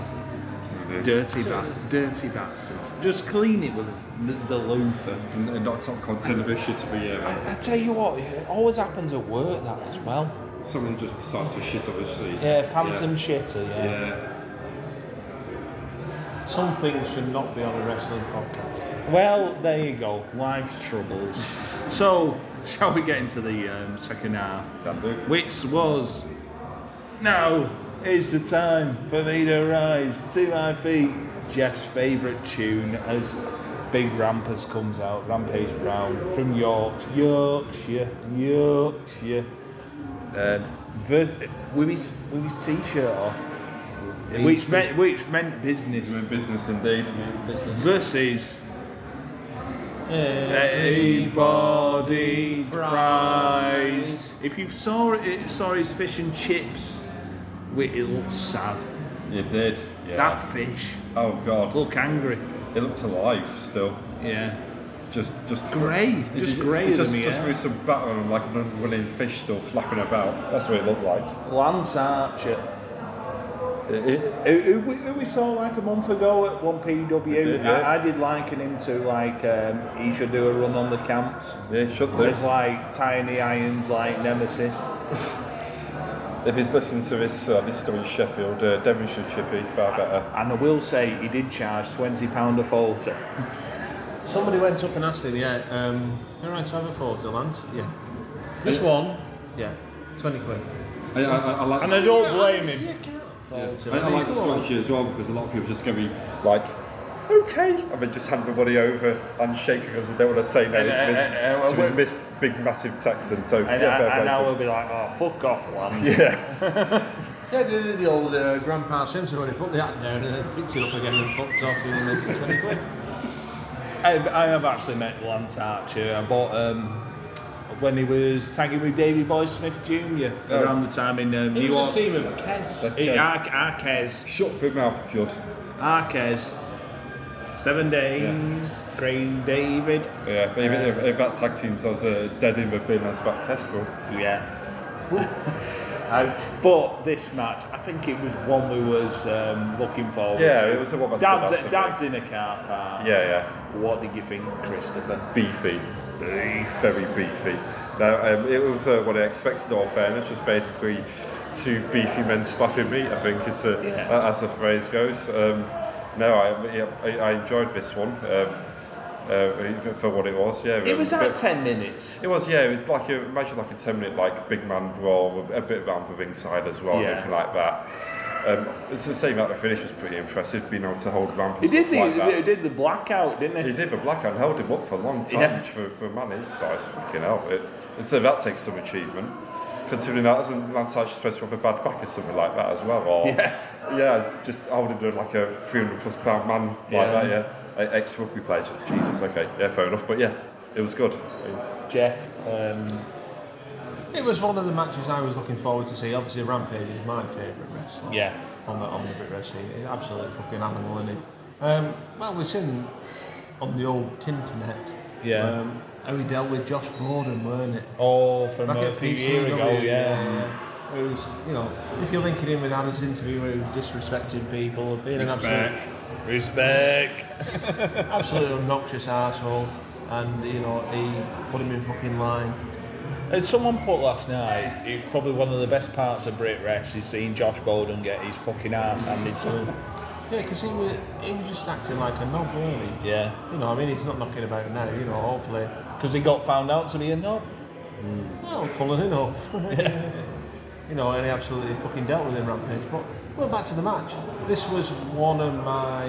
Dirty bat, dirty bastard. Just clean it with the, the loofah.
And, and not top content of issue to be uh,
I tell you what, it always happens at work that as well.
someone just starts to shit obviously.
Yeah, phantom shitter, yeah.
Yeah.
Some things should not be on a wrestling podcast.
Well, there you go. Life's troubles. So, shall we get into the um, second half?
Can do.
Which was now is the time for me to rise to my feet. Jeff's favourite tune as Big Rampers comes out, Rampage Brown from York, Yorkshire, Yorkshire. Um, ver- with his with his t-shirt off, which meant which meant business
Doing business indeed.
versus Everybody fries. If you saw it, saw his fish and chips, wi- it looked sad.
You did. Yeah.
That fish
oh god.
look angry.
It looked alive still.
Yeah,
Just just
grey,
It
just grey
it
as
Just,
me.
just
yeah.
threw some batter on like an unwilling fish still flapping about. That's what it looked like.
Lance Archer,
It, it,
who, who, we- who we saw like a month ago at one PW.
did, yeah.
I, I did liken him to like um, he should do a run on the camps.
it should do.
It's like Tiny Irons, like Nemesis.
If he's listening to this, uh, this story in Sheffield, uh, Devonshire Chippy, far better.
And I will say he did charge twenty pound a falter.
Somebody went up and asked him, yeah, um, you're right to have a photo, Lance? Yeah. Just one? Yeah. 20 quid.
I, I, I like,
And I don't blame him.
You can't afford to.
I, I like
Come on.
strategy as well because a lot of people just going to be like, okay, and then just hand the money over and shake because they don't want to say no
And,
to,
uh,
this,
uh, uh,
to
well-
this big massive Texan. So
And,
yeah, fair
I, and
play
I
to
will
him.
be like, oh, fuck off, lad.
yeah,
Yeah, did the, the old uh, Grandpa Simpson when he put the hat down and then picked it up again and fucked off and then made it 20 quid.
I, I have actually met Lance Archer. I bought um, when he was tagging with Davy Boy Smith Jr. around the time in um,
He
New York.
was a team of kids.
It- Ar- Arquez,
shut your mouth, Judd.
Arquez, Seven Days, Craig David.
Yeah, but if, if, if that tag team's as uh, dead in the bin as that Kestrel.
<laughs> Yeah. Uh, but this match, I think it was one we was um, looking forward
Yeah,
to.
it was the one that stood out
Dad's,
to me.
Dad's in a car park.
Yeah,
What did you think, Christopher?
yeah, beefy, very beefy. Now um, it was uh, what I expected. All fairness, just basically two beefy men slapping me. I think is uh,
Yeah.
as the phrase goes. Um, no, I, I I enjoyed this one um, uh, for what it was. Yeah,
It was
um,
at
but-
10 minutes.
It was, yeah. It was like a, imagine like a ten minute like big man brawl, with a bit around the ringside as well,
Yeah.
everything like that. Um, it's the same. Like the finish was pretty impressive, being able to hold ramp.
He
and
did
stuff
the
like that.
he did the blackout, didn't
He
he?
did, but Blackout held him up for a long time,
Yeah.
which for, for a man his size, fucking hell. It, and so that takes some achievement. Considering that, isn't Lance Archer supposed to have a bad back or something like that as well? Or,
Yeah.
yeah, just holding him like a 300 plus pound man like
Yeah.
that, yeah. Ex rugby player, Jesus, okay, yeah, fair enough. But yeah, it was good.
Jeff. Um,
It was one of the matches I was looking forward to see. Obviously, Rampage is my favourite wrestler.
Yeah.
On the, on the Brit Red scene. He's an absolute fucking animal, isn't he? Um, well, we've seen on the old Tinternet
Yeah.
um, how he dealt with Josh Borden, weren't it?
oh, from
Back
a
at
few
PCW.
years ago, yeah.
yeah. It was, you know, if you're linking in with Anna's interview where he was disrespecting people, being an
Respect.
absolute, absolute obnoxious asshole, and, you know, he put him in fucking line.
As someone put last night, it's probably one of the best parts of Brit Rex is seeing Josh Bolden get his fucking ass handed to
<laughs>
him.
Yeah, because he was, he was just acting like a knob, really.
Yeah.
You know, I mean, he's not knocking about now, you know, hopefully.
Because he got found out to be a knob.
Well, funnily enough. <laughs> you know, and he absolutely fucking dealt with him rampage. But going back to the match, this was one of my,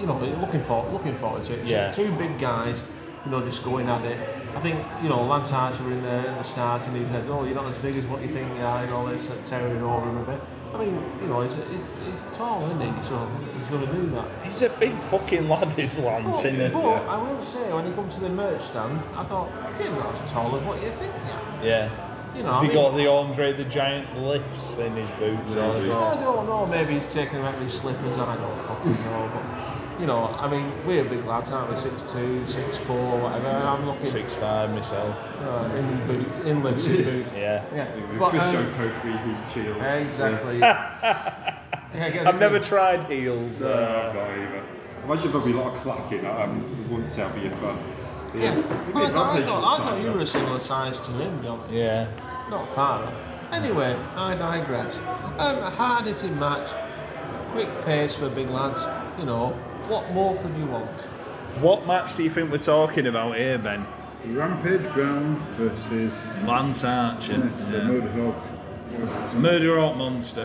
you know, looking for looking forward to it.
Yeah.
Two big guys, you know, just going at it. I think, you know, Lance Archer were in there at the start and he said, oh, you're not as big as what you think you are and all this, like, tearing over him a bit. I mean, you know, he's, he's tall, isn't he? So he's going to do that.
He's a big fucking lad, is Lance,
But,
isn't it?
but I will say, when he come to the merch stand, I thought, you're not as tall as what you think. you
Yeah.
are." You know,
Has
I
he
mean,
got the Andre the Giant lifts in his boots all the
I
time?
don't know. Maybe he's taking them out with his slippers. I don't fucking know. But you know, I mean, we're big lads, aren't we? Six two, six four, whatever. And I'm looking
Six five myself.
uh, in boot, in lifts and boots.
<laughs> Yeah.
Yeah, but,
Christian
um,
Kofi who chills.
exactly. yeah,
<laughs>
get
I've
the-
never tried heels.
Yeah. Uh, I've got either. Imagine there'll be a lot of clacking. I um, wouldn't say I'll be a fan.
Yeah,
Maybe
I thought, I
advantage at
thought,
the
I thought
time,
you
though.
were a similar size to him, John.
Yeah.
Not far off. Anyway, I digress. Um, a hard-hitting match, quick pace for big lads. You know, what more could you want?
What match do you think we're talking about here, Ben?
Rampage Brown versus
Lance Archer.
the
Yeah.
Mudhog.
Murder Art Monster.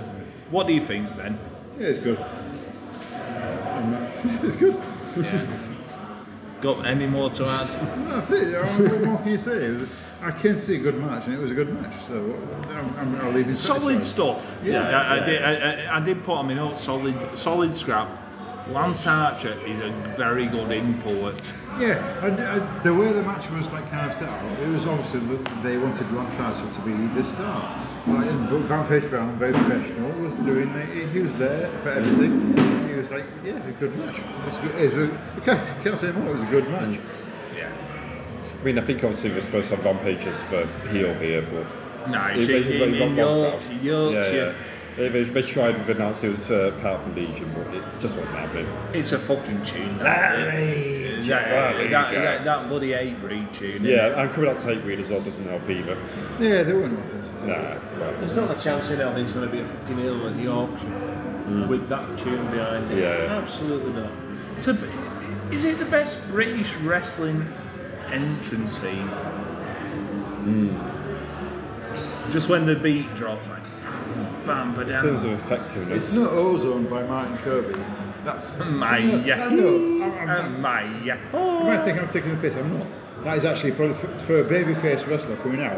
What do you think, Ben?
Yeah, it's good. And that's, <laughs> it's good.
Got any more to add?
That's it. I mean, what more can you say? It was- I can see a good match, and it was a good match. So I'm, I'm, I'll leave it. satisfied.
Solid stuff.
Yeah,
I, I did. I, I, I did put on my notes. Solid, solid scrap. Lance Archer is a very good import.
Yeah, and uh, the way the match was like kind of set up, it was obviously that they wanted Lance Archer to be the star. Like, and but Rampage Brown, very professional, was doing. it. He was there for everything. He was like, yeah, a good match. It was good. It was a, can't, can't say more. It was a good match.
I mean, I think obviously we're supposed to have rampages for heel here, but
No,
They-
it's
they-
in,
they
in,
got
in
one
Yorkshire.
crowd.
Yorkshire.
Yeah, yeah. They, they, they tried with announced it was uh, part of the Legion, but it just wasn't happening.
It's a fucking tune.
Ah,
That,
Outrage.
that,
Outrage.
that, that, that bloody Avery tune.
Yeah, and coming out to take read as well doesn't help either.
Yeah, they weren't wanted.
Nah, well,
There's not a chance in hell he's going to be a fucking ill at Yorkshire with that tune behind him.
Yeah, yeah.
Absolutely not.
It's a, is it the best British wrestling entrance theme?
Hmm.
Just when the beat drops, like bam, bam,
in terms
bam.
of effectiveness,
It's not Ozone by Martin Kirby. That's I
My yahoo,
know. I'm- I'm-
my
You
yahoo.
might think I'm taking the piss. I'm not. That is actually probably for, for a babyface wrestler coming out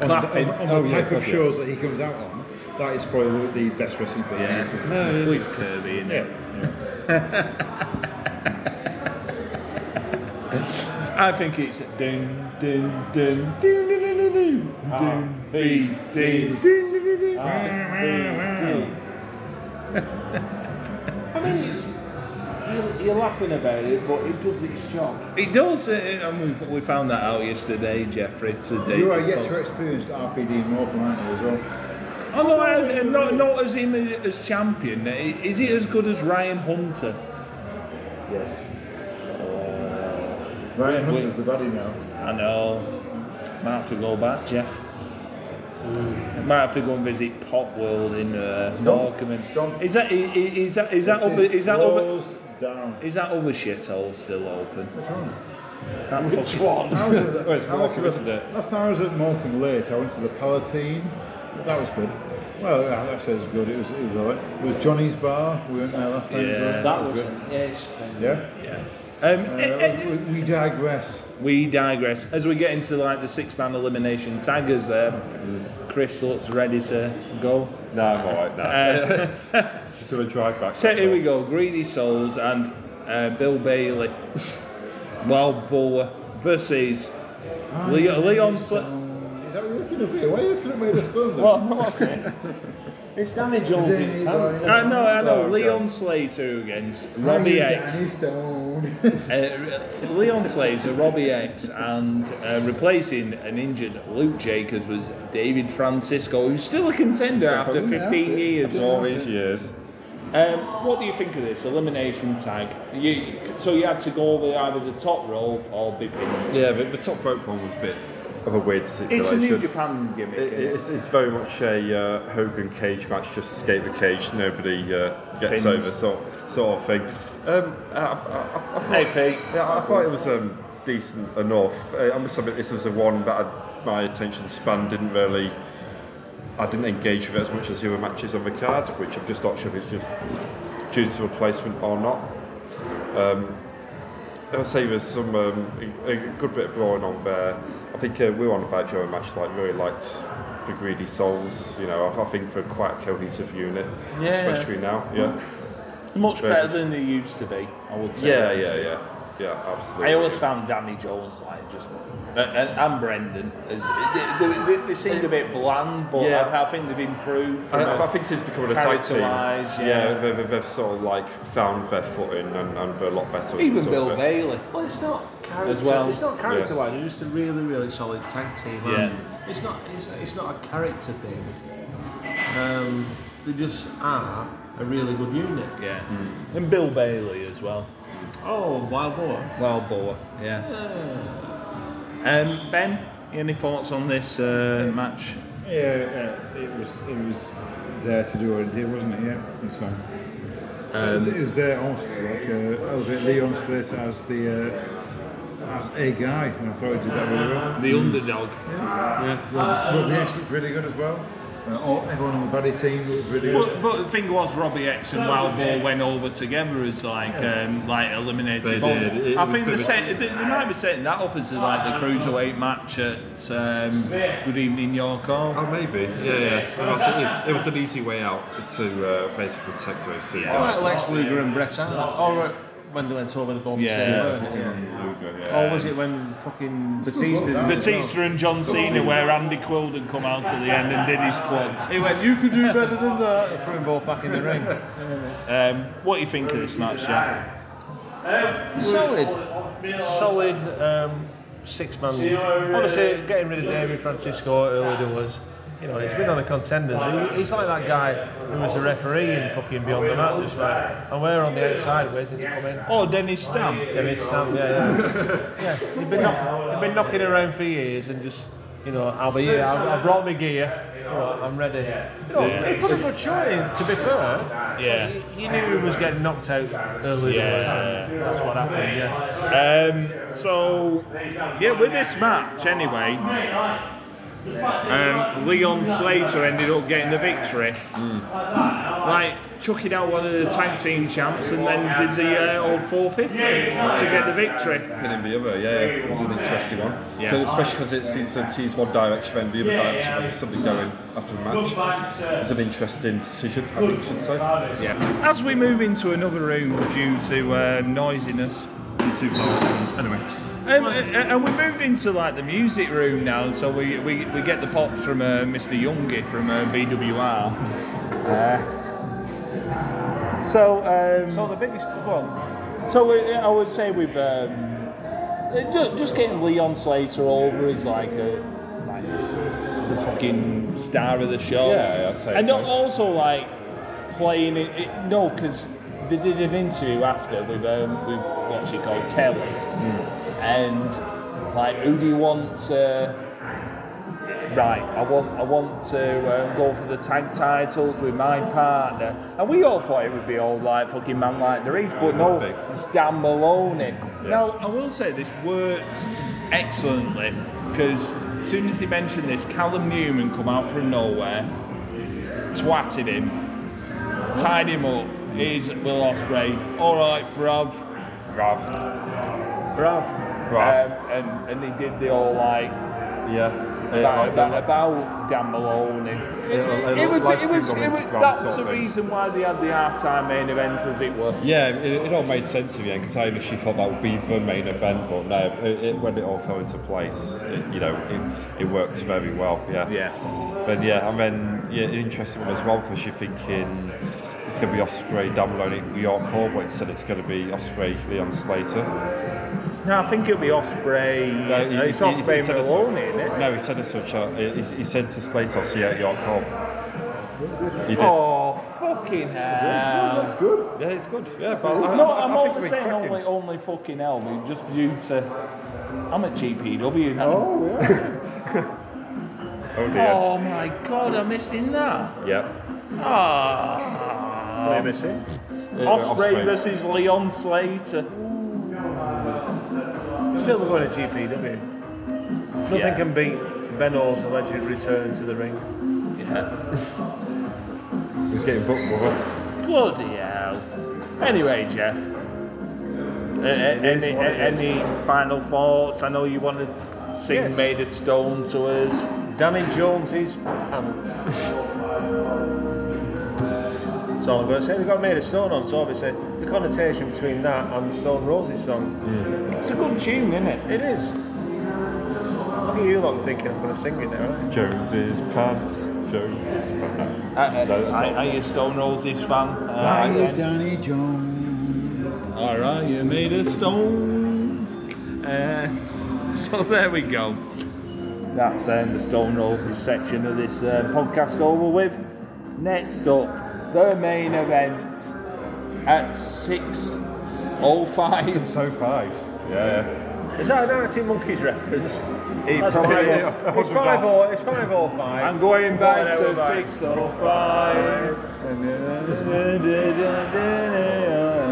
on, the,
Clapping.
on, on
Oh,
the
yeah,
type of
clapping.
shows that he comes out on. That is probably the best wrestling thing.
Yeah, Oh, well, it's Kirby, isn't
Yeah.
it? I think it's ding, ding, ding, ding, ding, ding, ding, ding, ding, ding, ding, ding, ding, ding.
I mean, you're, you're laughing about it, but it does its <laughs> job.
It does, uh, and we, we found that out yesterday, Jeffrey. Today,
You are
this
yet
pod-
to experience RPD in Northern Ireland as well.
Oh no, as, not not as him as champion. Is he as good as Ryan Hunter?
Yes. Ryan Hunter's the buddy now.
I know. Might have to go back, Jeff.
Hmm.
Might have to go and visit Pop World in uh, Morecambe. and-
Stomp.
Is that is, is that is that
It
other is that other
closed
<laughs>
down.
is that other shithole still open?
What's wrong?
That fucking-
I was at the-
Oh, it's
I was
Morecambe,
at-
isn't it?
Last time I was at Morecambe late, I went to the Palatine. That was good. Well, yeah, that says good. It was, it was alright. It was Johnny's Bar. We went there last time. as well.
Yeah.
That was an ace thing.
Yeah.
Yeah. Um,
Uh,
eh, eh,
we, <laughs> we digress.
we digress. As we get into like the six-man elimination taggers, um,
Hmm.
Chris looks ready to go.
nah, I'm alright. Nah,
Uh,
<laughs> just gonna drive back.
So here we go, Greedy Souls and uh, Bill <laughs> Bailey, Wild Boar versus Leo, Leon Sl-
Is that what you're looking at here? Why are you looking at me with
<laughs>
thunder?
It's damage all
Is
his
it
pants.
anybody-
I know, I know,
Oh, okay.
Leon Slater against Robbie X.
Stone. <laughs>
Uh, Leon Slater, Robbie X, and uh, replacing an injured Luke Jacobs was David Francisco, who's still a contender after 15 years.
After all these years,
Um, what do you think of this elimination tag? You, so you had to go over either the top rope or be pinned.
yeah, the, the top rope one was a bit of a weird situation.
It's a New Japan gimmick.
It-
isn't it?
it's, it's very much a uh, Hogan cage match, just escape the cage, nobody uh, gets
Pinned.
over, sort, sort of thing. Um, I, I, I, I,
Hey, Pete.
Yeah, I thought it was um, decent enough. Uh, I must admit, this was the one that I, my attention span didn't really. I didn't engage with it as much as the other matches on the card, which I'm just not sure if it's just due to replacement or not. Um, I'd say there's some um, a, a good bit of blowing on there. I think uh, we were on about during the match, like really liked the greedy souls. You know, I, I think for quite a cohesive unit,
Yeah. Mm-hmm.
especially now. Yeah,
Much
Very-
better than they used to be, I would say.
yeah,
that.
yeah, yeah, yeah, absolutely.
I always found Danny Jones like just and, and, and Brendan as they, they, they, they seemed a bit bland, but
Yeah.
I, I think they've improved.
I,
From a-
I think since becoming a tight team,
Character-wise, yeah.
they, they, they've sort of like found their footing and, and they're a lot better. as a
even
result
Bill
of it.
Bailey.
Well, it's not character.
As well.
It's not character wise. It's just a really, really solid tag team. and
Yeah.
It's not. It's, it's not a character thing. Um, they just are a really good unit.
Yeah, and Bill Bailey as well.
Oh, wild boar.
Wild boar. Yeah. Um, ben, any thoughts on this uh, match?
Yeah, uh, it was it was there to do it, wasn't it? Yeah, it's fine. it was there honestly, like uh, Elvis Lee on Slit as the uh, as a guy, and I thought he did that really well.
The underdog.
Robbie X looked really good as well. Uh, all, everyone on the buddy team looked really good.
But, but the thing was, Robbie X and Wild Boar went over together as like um, like eliminated.
They
bond.
did. It
I
was
think
the
they,
best-
set, they, they might be setting that up as like the cruiserweight match at um, Good Evening York Hall.
Oh, maybe. Yeah, yeah. Well, I think it, it was an easy way out to uh, basically protect those two
Like
guys.
Lex Luger and Bret Hart. Or uh, when they went over the bomb.
Yeah.
Luger,
Or
yeah.
was it when fucking Batista?
Batista and John Cena, where Andy Quilden come out at the end and did his quads.
He went. You could do better than that. Threw them both back in the ring.
Um, what do you think of this match, Jack?
<laughs> solid, solid um, six man. Obviously, getting rid of David Francisco earlier was, you know, he's been on the contenders. He- he's like that guy who was the referee in fucking Beyond the Mat, just like, and we're on the outside waiting to come in.
Oh, Dennis Stamp.
Dennis Stamp, yeah, yeah. yeah he'd, been knock, he'd been knocking around for years and just, you know, I'll be here, I, I brought my gear, you know, I'm ready. You know, he put a good show in, to be fair.
Yeah.
You, you knew he was getting knocked out earlier.
Yeah.
and That's what happened, yeah.
Um, so, yeah, with this match anyway, um, Leon Slater ended up getting the victory.
Hmm.
Like, chucking out one of the tag team champs and then did the uh, old 450 to get the victory.
Pinning the other, yeah, yeah. It was an interesting one.
Yeah.
'Cause Especially because it seems to tease one direction, then the other direction, but there's something going after the match. It was an interesting decision, I think, you should say.
Yeah. As we move into another room due to uh, noisiness,
Too far. Anyway.
Um, and, and we moved into like the music room now, so we, we, we get the pops from uh, Mr. Youngie from uh, BWR. Uh, so um,
So the biggest one,
so we, I would say we've um, uh, ju- just getting Leon Slater over is like a like the fucking star of the show.
Yeah, I'd say
And
so.
not also like playing it. it no, because they did an interview after with um, with what's she called Kelly, and like who do you want? Uh, right, I want I want to uh, go for the tag titles with my partner. And we all thought it would be all like fucking man like there is, but no,
Big.
it's Dan Maloney. Now I will say this worked excellently because as soon as he mentioned this, Callum Newman come out from nowhere, twatted him, tied him up. Here's Will Osprey. All right, bruv.
Rav.
Bruv.
Bruv.
Um, and, and he did the all like
Yeah.
about,
Yeah,
about, about Dan Maloney.
yeah,
It was,
life's
it was,
been
it
going
was,
scrum
that's
sort
the
of thing.
reason why they had the halftime main event, as it were.
Yeah, it, it all made sense in the end because I initially thought that would be the main event, but no, it, it, when it all fell into place, it, you know, it, it worked very well. Yeah.
Yeah.
But yeah, and then yeah, an interesting one as well because you're thinking it's going to be Osprey, Dan Maloney, New York Hall, but instead it's going to be Osprey, Leon Slater.
No, I think it'll be Osprey.
No, he-
No, it's
he- he
Osprey
Uh, said it's-
Maloney, isn't it?
No, he said as such. uh, He, he said to Slater, "I'll "See you at York Hall." He did.
Oh, fucking hell.
That's good.
Yeah, it's good. Yeah, but I,
No,
I,
I'm
I think
only
we're
saying
cracking.
only, only fucking hell, we just due to. I'm at GPW now.
Oh yeah.
Oh dear.
Oh my god, I'm missing that.
Yeah.
Ah.
They miss it.
Yeah,
Osprey versus Leon Slater.
still going to GPW. Nothing
Yeah.
can beat Ben Hall's alleged return to the ring.
He's getting booked, brother.
Bloody hell. Anyway, Jeff, Uh, any, any final thoughts? I know you wanted to sing
Yes.
Made of Stone to us.
Danny Jones is hammered. That's all I'm going to say. We've got made of stone on, so obviously the connotation between that and the Stone Roses song.
It's a good tune, isn't it?
It is. Look at you lot thinking I'm going to sing it now, aren't
Jones's pants. Jones's pants.
I, I,
No, that's
I,
not-
are you a Stone Roses fan? Uh,
Are you
and-
Danny Jones?
All right, you made a stone.
<laughs>
Uh, so there we go. That's um, the Stone Roses section of this uh, podcast over with. Next up, the main event at 6.05.
So five. Yeah.
we? Is that an Artie Monkeys reference?
It
That's
probably
five-
is.
It's 5 or it's 5 or 5.
I'm going back
Right,
to
we're back.
6.05.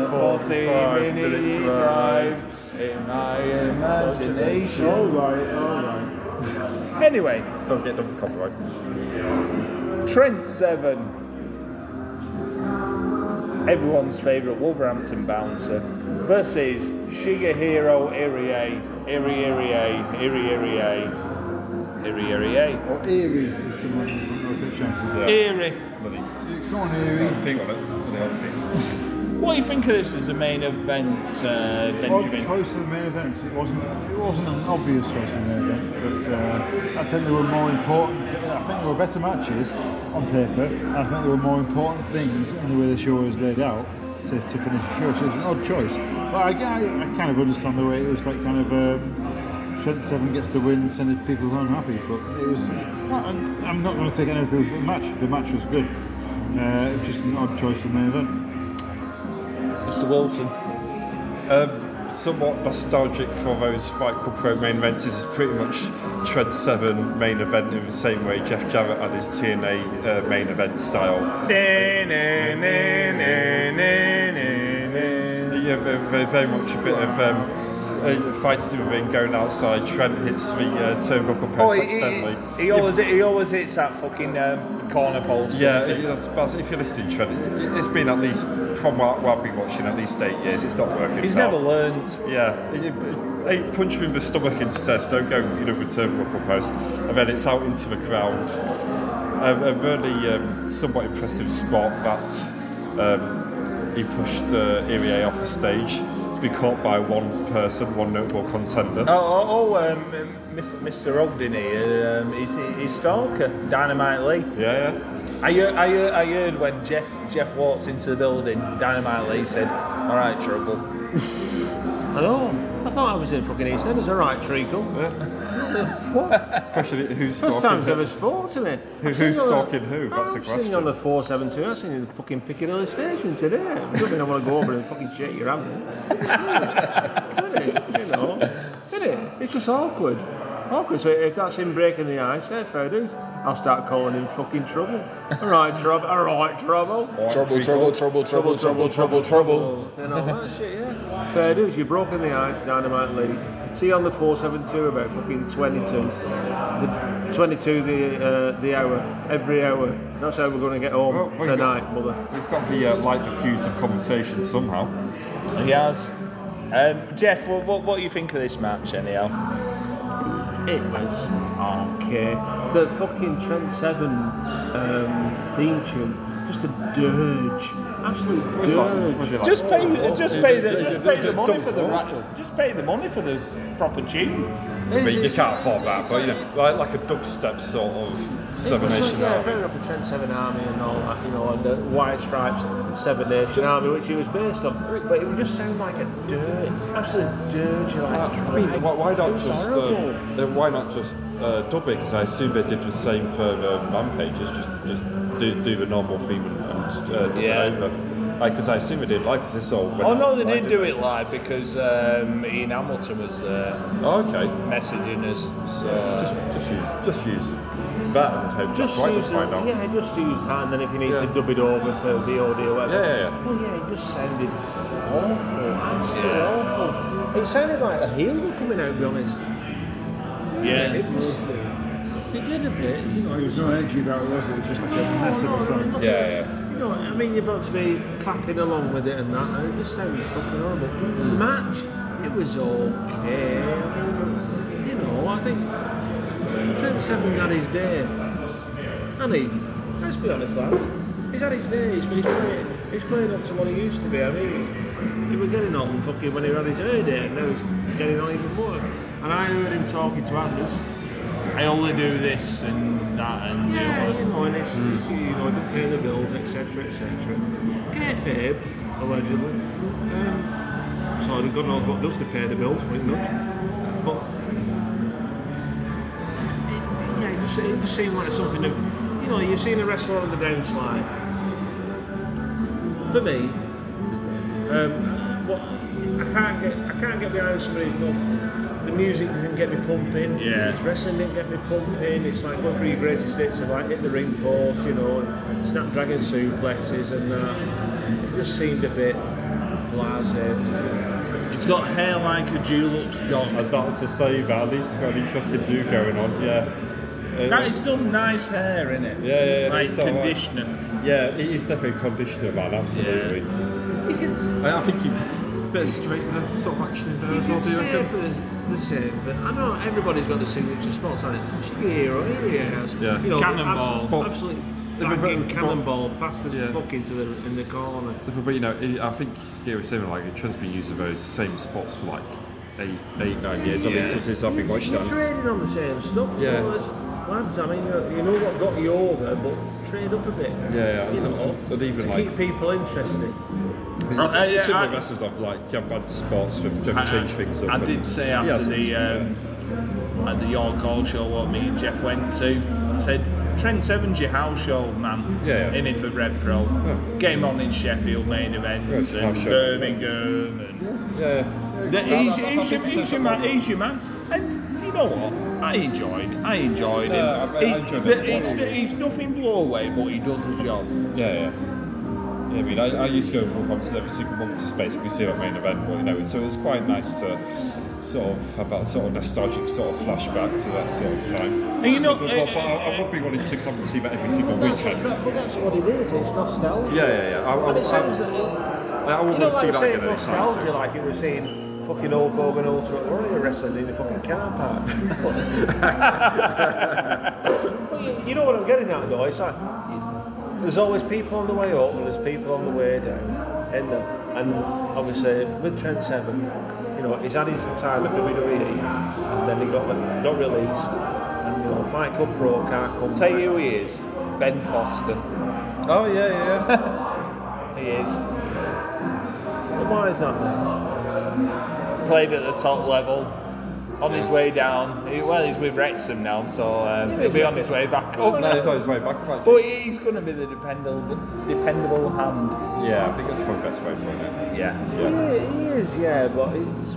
uh,
Forty-five
14 minute
minute
drive in my imagination.
All right, all right.
Anyway,
Don't get done for copyright.
Trent Seven, everyone's favourite Wolverhampton bouncer, versus Shigehiro Irie, Irie Irie, Irie Irie, Irie
Or Erie is someone who's got a good chance.
Irie. Irie.
Bloody
Go on, Erie.
thing on it.
What do you think of this as a main event, uh,
Well,
Benjamin?
choice of the main event 'cause it wasn't it wasn't an obvious choice of the main event, but uh, I think there were more important. I think there were better matches on paper, and I think there were more important things in the way the show was laid out to, to finish the show. So it was an odd choice, but I, I, I kind of understand the way it was like kind of. Um, Trent Seven gets the win, sending people home happy. But it was. well, I'm I'm not going to take anything from the match. The match was good. Uh, it was just an odd choice of the main event.
Mr. Wilson.
Um, somewhat nostalgic for those Fight Club Pro main events. This is pretty much Tread 7 main event in the same way Jeff Jarrett had his TNA uh, main event style. Yeah, they're, they're very much a bit of um, uh, fights in the ring going outside. Trent hits the uh, turnbuckle post
Oh, he,
accidentally.
he, he always he always hits that fucking um, corner post.
Yeah,
doesn't he?
that's, that's, if you're listening, Trent, it's been at least, from what, what I've been watching, at least eight years. It's not working.
he's
out.
never learned.
Yeah, you- hey, punch him in the stomach instead. Don't go, you know, with turnbuckle post, and then it's out into the crowd. A, a really um, somewhat impressive spot that um, he pushed uh, Irie off the stage to be caught by one person, one notable contender.
Oh, oh, oh um, Mr. Mr. Ogden here, um, he's, he's Stalker, Dynamite Lee.
Yeah, yeah.
I heard, I heard, I heard when Jeff Jeff walks into the building, Dynamite Lee said, "All right, trouble."
Hello. I thought I was in fucking East End. It's alright, treacle.
Question: Who's
First time I've
stalking?
ever spoken to me.
Who's-
I've
who's
seen you on
stalking who? That's the
I've seen you on the 472. I've seen you in the fucking Piccadilly station today. Doesn't mean I want to go over and fucking shake your hand. Did it? You know? Did it? It's just awkward. Awkward. So if that's him breaking the ice, eh, fair dues. I'll start calling him fucking trouble. All right, trouble. All right, trouble.
Trouble, trouble, trouble.
Trouble, trouble, trouble, trouble. And all that shit, yeah. Fair dues. You've broken the ice, Dynamite Lee. See you on the 472 about fucking 22. The 22 the uh, the hour, every hour. That's how we're going to get home
Well, we've got-
tonight, mother.
It's got to be uh, light the fuse of conversation somehow.
He has. Um, Jeff, what, what what do you think of this match anyhow?
It was oh, okay. The fucking Trent Seven um, theme tune, just a dirge, absolute dirge.
Just pay the, just pay the just pay the money for the ra- just pay the money for the proper tune.
I mean, you can't afford that, but you know, like, like a dubstep sort of Seven
It's
Nation
like, yeah,
Army.
fair enough, the Trent Seven Army and all that, you know, and the White Stripes Seven Nation Army, which he was based on. But it would just sound like a dirge, absolute dirge, like
I mean, why, why
It
not
was
just
horrible.
uh, then why not just uh, dub it? Because I assume they did the same for um, Rampage. Just just just do, do the normal theme and, and uh, dub
Yeah.
it over. Because I assume they did like this all.
Oh no, they did do it live because um, Ian Hamilton was uh,
Oh, okay,
messaging us.
just
So
just use just use that and hope
Just
just right
use
use find
it,
out.
yeah, just use that, and then if you need to
Yeah.
dub it over for the audio, or whatever.
Yeah, yeah, yeah.
Well, yeah, it just sounded awful, absolutely awful. It sounded like a heel were coming out, to be honest.
Yeah.
it was. It did a bit, you know.
There was no energy about it, was it? It was just like a mess of a song.
Yeah, yeah.
No, I mean you're about to be clapping along with it and that, and it just sounded fucking horrible. The match, it was okay. I mean, you know, I think Trent Seven's had his day, and he, let's be honest, lads, he's had his day. He's, he's playing, he's playing up to what he used to be. I mean, he was getting on fucking when he had his heyday, and now he's getting on even more. And I heard him talking to others.
I only do this and that and the
Yeah,
other.
you know, and it's, it's you know, they pay the bills, etc., etc. Kayfabe, allegedly. Um, sorry, God knows what does to pay the bills, pretty much. But it, yeah, it just, it just seemed like something that you know, you've seen a wrestler on the downslide. For me, um, what I can't get, I can't get behind somebody's mum. The music didn't get me pumping.
Yeah.
It's wrestling didn't get me pumping. It's like going through your greatest hits of like hit the ring post, you know, and snapdragon suplexes and that. It just seemed a bit blasé.
It's got hair like a Dulux
I
dog.
was to say that at least it's got an interesting do going on. Yeah. Uh,
That is some nice hair in it.
Yeah, yeah, yeah,
Like
it's all right.
conditioner.
yeah, it is definitely a conditioner, man. Absolutely.
You can s-
I, I think you bit straightener sort of action in there
you
as well. Do
can
you
say
reckon?
for the, the same for I know everybody's got the signature spots on it. oh, Shigehiro Irie's,
Yeah.
you know,
Cannonball.
abso- absolutely.
Yeah, but-
Banging
but-
cannonball fast as
Yeah.
fuck into the in the corner.
But, but, you know, it, I think Gary was saying like Trent's been using those same spots for like eight, eight, nine years. At least since I've been
You're-
watching
You're
them.
trading on the same stuff. you
Yeah.
know, it's- Lads, I mean, you you know what got you over, but trade up a bit.
Yeah, yeah,
You know,
and even
to
like-
keep people interested.
It's,
Uh,
it's
yeah,
similar
I-
wrestlers of like have had spots for
I-
have changed things up.
I
and-
did say
Yeah,
after
it's-
the um, like the York Hall show what me and Jeff went to, I said, Trent Seven's your house show man
Yeah, yeah.
in it for Red Pro. Game on in Sheffield main events
Yeah,
and
house show.
Birmingham and
Yeah,
the, he's, he's, your- he's your man, he's your man. And you know what? I enjoyed I enjoyed him.
Yeah, I- I
He-
enjoyed
the-
it as
it's,
well.
he's nothing blow away but he does a job.
yeah, yeah. Yeah, I mean, I, I used to go to Wolverhampton every single month to basically see our main event, but you know, so it's quite nice to sort of have that sort of nostalgic sort of flashback to that sort of time.
And you know,
But,
uh,
but, but I, I would be wanting to come and see that every single
That's what,
weekend. Yeah,
that- but that's what it is. It's nostalgia.
yeah, yeah. I, I,
And it
I,
sounds
I,
like,
I
you
would
know,
want to see
like
that
saying
again anytime soon.
nostalgia, like you were saying, fucking old Bogan Ultimate Warrior wrestling in the fucking car
<laughs>
park. Well, you- you know what I'm getting at, though. It's like you- there's always people on the way up and there's people on the way down, and and obviously with Trent Seven, you know, he's had his time at WWE, and then he got le- got released, and you know, Fight Club Pro can't come.
Tell
back.
you who he is, Ben Foster.
Oh yeah, yeah, yeah.
<laughs> He is.
Well, why is that? Then?
played at the top level. On his way down, he, well, he's with Wrexham now, so um, he'll be on his way back up.
no, it's on his way back. actually.
But he's going to be the dependable, dependable hand.
Yeah, I think that's probably the best way for it.
Yeah.
Yeah, he is, yeah, but it's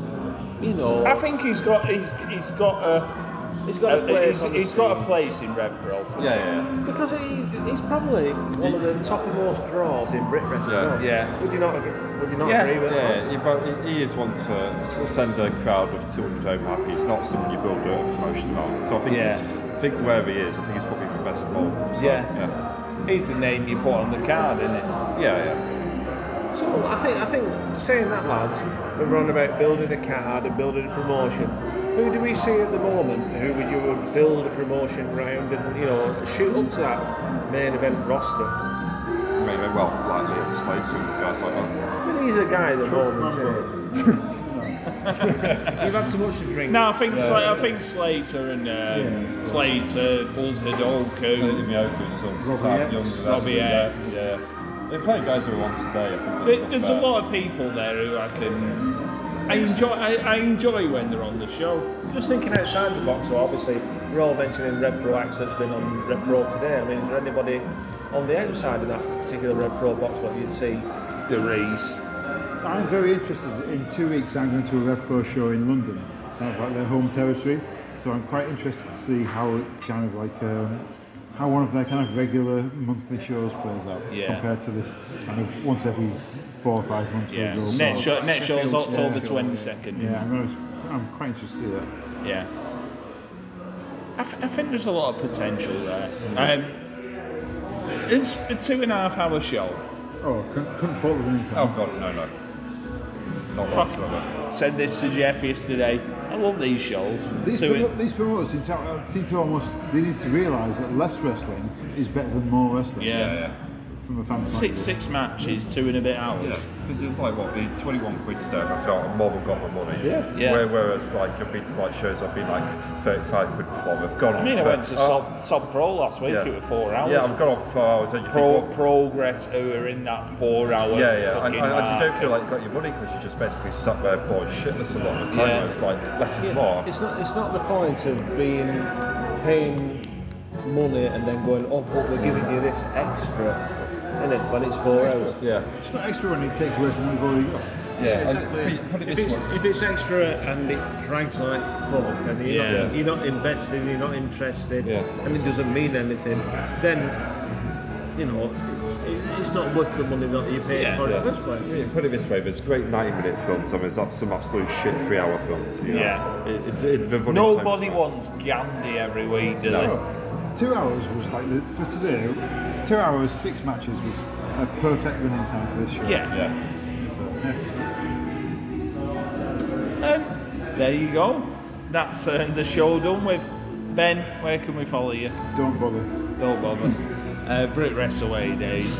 you know,
I think he's got he's he's got a,
he's got to play
Uh, he's, he's got a place in Red Bull.
Yeah, yeah,
because he, he's probably one of the topmost draws in Brit wrestling.
Yeah.
aren't he?
Yeah.
Would you not agree? Would you not
Yeah.
agree with
yeah.
that?
yeah but he he is one to s- send a crowd of 200 home happy. He's not someone you build a promotion on. So I think,
Yeah.
I think where he is, I think he's probably the best role. So,
Yeah.
yeah,
He's the name you put on the card, isn't it?
yeah, yeah.
So I think I think saying that, lads, we're on about building a card and building a promotion. Who do we see at the moment who would you would build a promotion round and you know shoot up to that main event roster?
I mean, well, likely it's Slade, some guys like that.
I mean, he's a guy at the moment. isn't he? You've had too much to drink.
No, I think Sla- I think Slater and um, Slater, Bulls Hadouken.
Miyoko, some
Robbie
Fab
X.
Young, that's
Robbie
really-
X.
Yeah, yeah. They play guys who are on today. I think
There-
that's
There's
not
a lot of people there who I can. I enjoy. I, I enjoy when they're on the show.
Just thinking outside the box, well, obviously, we're all mentioning Red Pro acts that's been on Red Pro today. I mean, is there anybody on the outside of that particular Red Pro box what you'd see?
The race.
I'm very interested. In two weeks, I'm going to a RevPro show in London. That's like their home territory. So I'm quite interested to see how it kind of like um, how one of their kind of regular monthly shows plays out
Yeah.
compared to this kind of once every four or five months. we
Yeah.
go.
Net show. Net show's
Sheffield's
October
there.
twenty second.
Yeah, I'm, gonna, I'm quite interested to see that.
Yeah. I, th- I think there's a lot of potential there. Um, It's a two and a half hour show.
Oh, couldn't, couldn't fault the winning
Oh
time.
god, no, no. Not whatsoever.
Said this to Jeff yesterday. I love these shows.
These,
Two and-
promo- these promoters seem to, uh, seem to almost they need to realise that less wrestling is better than more wrestling.
yeah.
Yeah,
From a fan's point of
Six
view.
six matches, two and a bit
yeah.
hours.
Because it was like what, being 21 quid today, I felt I've more than got my money.
Yeah.
Yeah.
Where, whereas like I've been to like shows I've been like 35 quid before. I've gone on.
I mean, I
for-
went to
oh,
Sob, Sob Pro last week.
yeah.
It was four hours.
Yeah, I've gone on for four hours. And you
Pro,
think, well,
progress who are in that four hour.
yeah, yeah. I,
fucking uh,
I, I just don't
market.
feel like you got your money because you just basically sat there bored shitless a lot of the time.
Yeah.
It's like less is more.
It's not. It's not the point of being paying money and then going, oh, but we're giving you this extra, in it when it's four hours.
Yeah.
It's not extra when it takes away from what you've already got.
Yeah.
Exactly.
And Put it
If
this
it's,
way.
if it's extra and it drags like fuck and you're,
Yeah.
not, you're not invested, you're not interested,
Yeah.
and it doesn't mean anything, then, you know, it's, it's not worth the money that you paid
Yeah,
for
yeah.
in the first place.
I mean, put it this way, there's great 90 minute films, I mean, there's some absolute shit three hour films, you know.
Yeah.
It, it, it, the running
Nobody
time's-
wants Gandhi every week, do
No.
Oh, Two hours was like the, for today. Two hours, six matches was a perfect running time for this show.
they? Yeah.
Yeah.
Um, there you go. That's uh, the show done with. Ben, where can we follow you?
Don't bother.
Don't <laughs> bother. uh, Brit Wrestaway <laughs> days.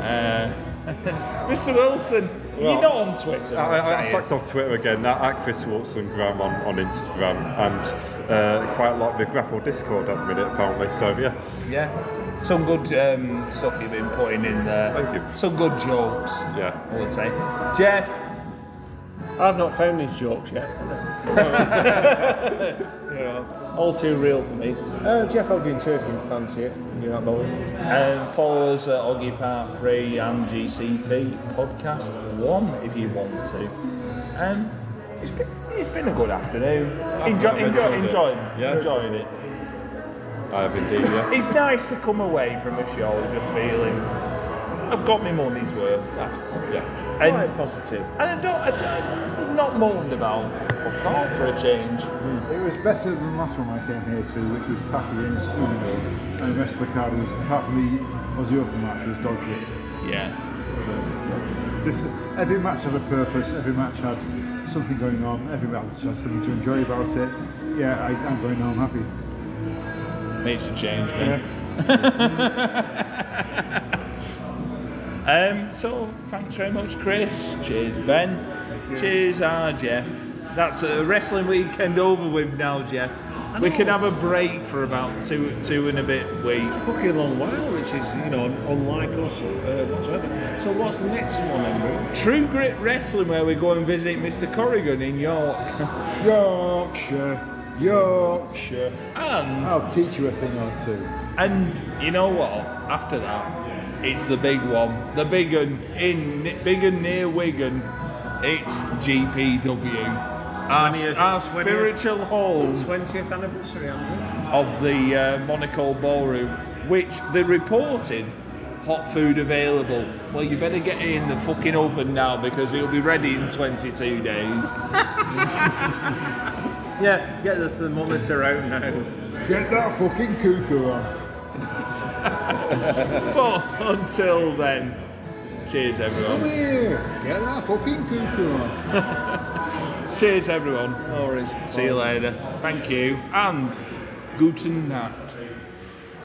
uh, <laughs> Mr. Wilson,
Well,
you're not on Twitter.
I, I, I
are you?
sucked off Twitter again, now at Chris Wilson-Graham on, on Instagram, and uh, quite like the Grapple Discord at the minute, apparently, so yeah,
Yeah. Some good um, stuff you've been putting in there.
Thank you.
Some good jokes,
yeah.
I would say. Jeff,
I've not found these jokes yet.
you know,
All too real for me. Uh, Jeff Ogden, if you fancy it. You're not bothered.
um, follow us at Oggy Part 3 and GCP Podcast 1 if you want to. Um, it's been, it's been a good afternoon. Enjoy,
I've
enjoy,
enjoyed it.
enjoy,
Yeah.
enjoying it.
I have indeed, yeah.
It's nice to come away from a show just feeling I've got my money's worth.
yeah.
And positive. And I don't, I don't, I'm not moaned about fuck all for a change.
It was better than the last one I came here to, which was Packer against Uno, and the rest of the card was, apart from the Aussie Open match, was dog shit.
Yeah.
This, every match had a purpose, every match had something going on, every match had something to enjoy about it. Yeah, I, I'm going home happy.
Makes a change, man.
Yeah.
Um, so thanks very much, Chris. Cheers, Ben. Cheers, our Jeff. That's a wrestling weekend over with now, Jeff. We can have a break for about two, two and a bit week.
Fucking long while, which is, you know, unlike us uh, whatsoever. So what's the next one, Andrew?
True Grit Wrestling, where we go and visit Mr. Corrigan in York, <laughs>
Yorkshire, Yorkshire.
Ah,
and
I'll teach you a thing or two.
and you know what? After that, it's the big one, the big one in big one near Wigan. It's GPW, our,
20th
our spiritual home.
20th anniversary, Andrew.
of the uh, Monaco Ballroom, which they reported hot food available. Well, you better get it in the fucking oven now because it'll be ready in 22 days.
Yeah, get the thermometer out now.
Get that fucking cuckoo on.
but until then, cheers
Come
everyone.
here. Get that fucking cuckoo on.
Cheers everyone. See you later. Thank you and guten night.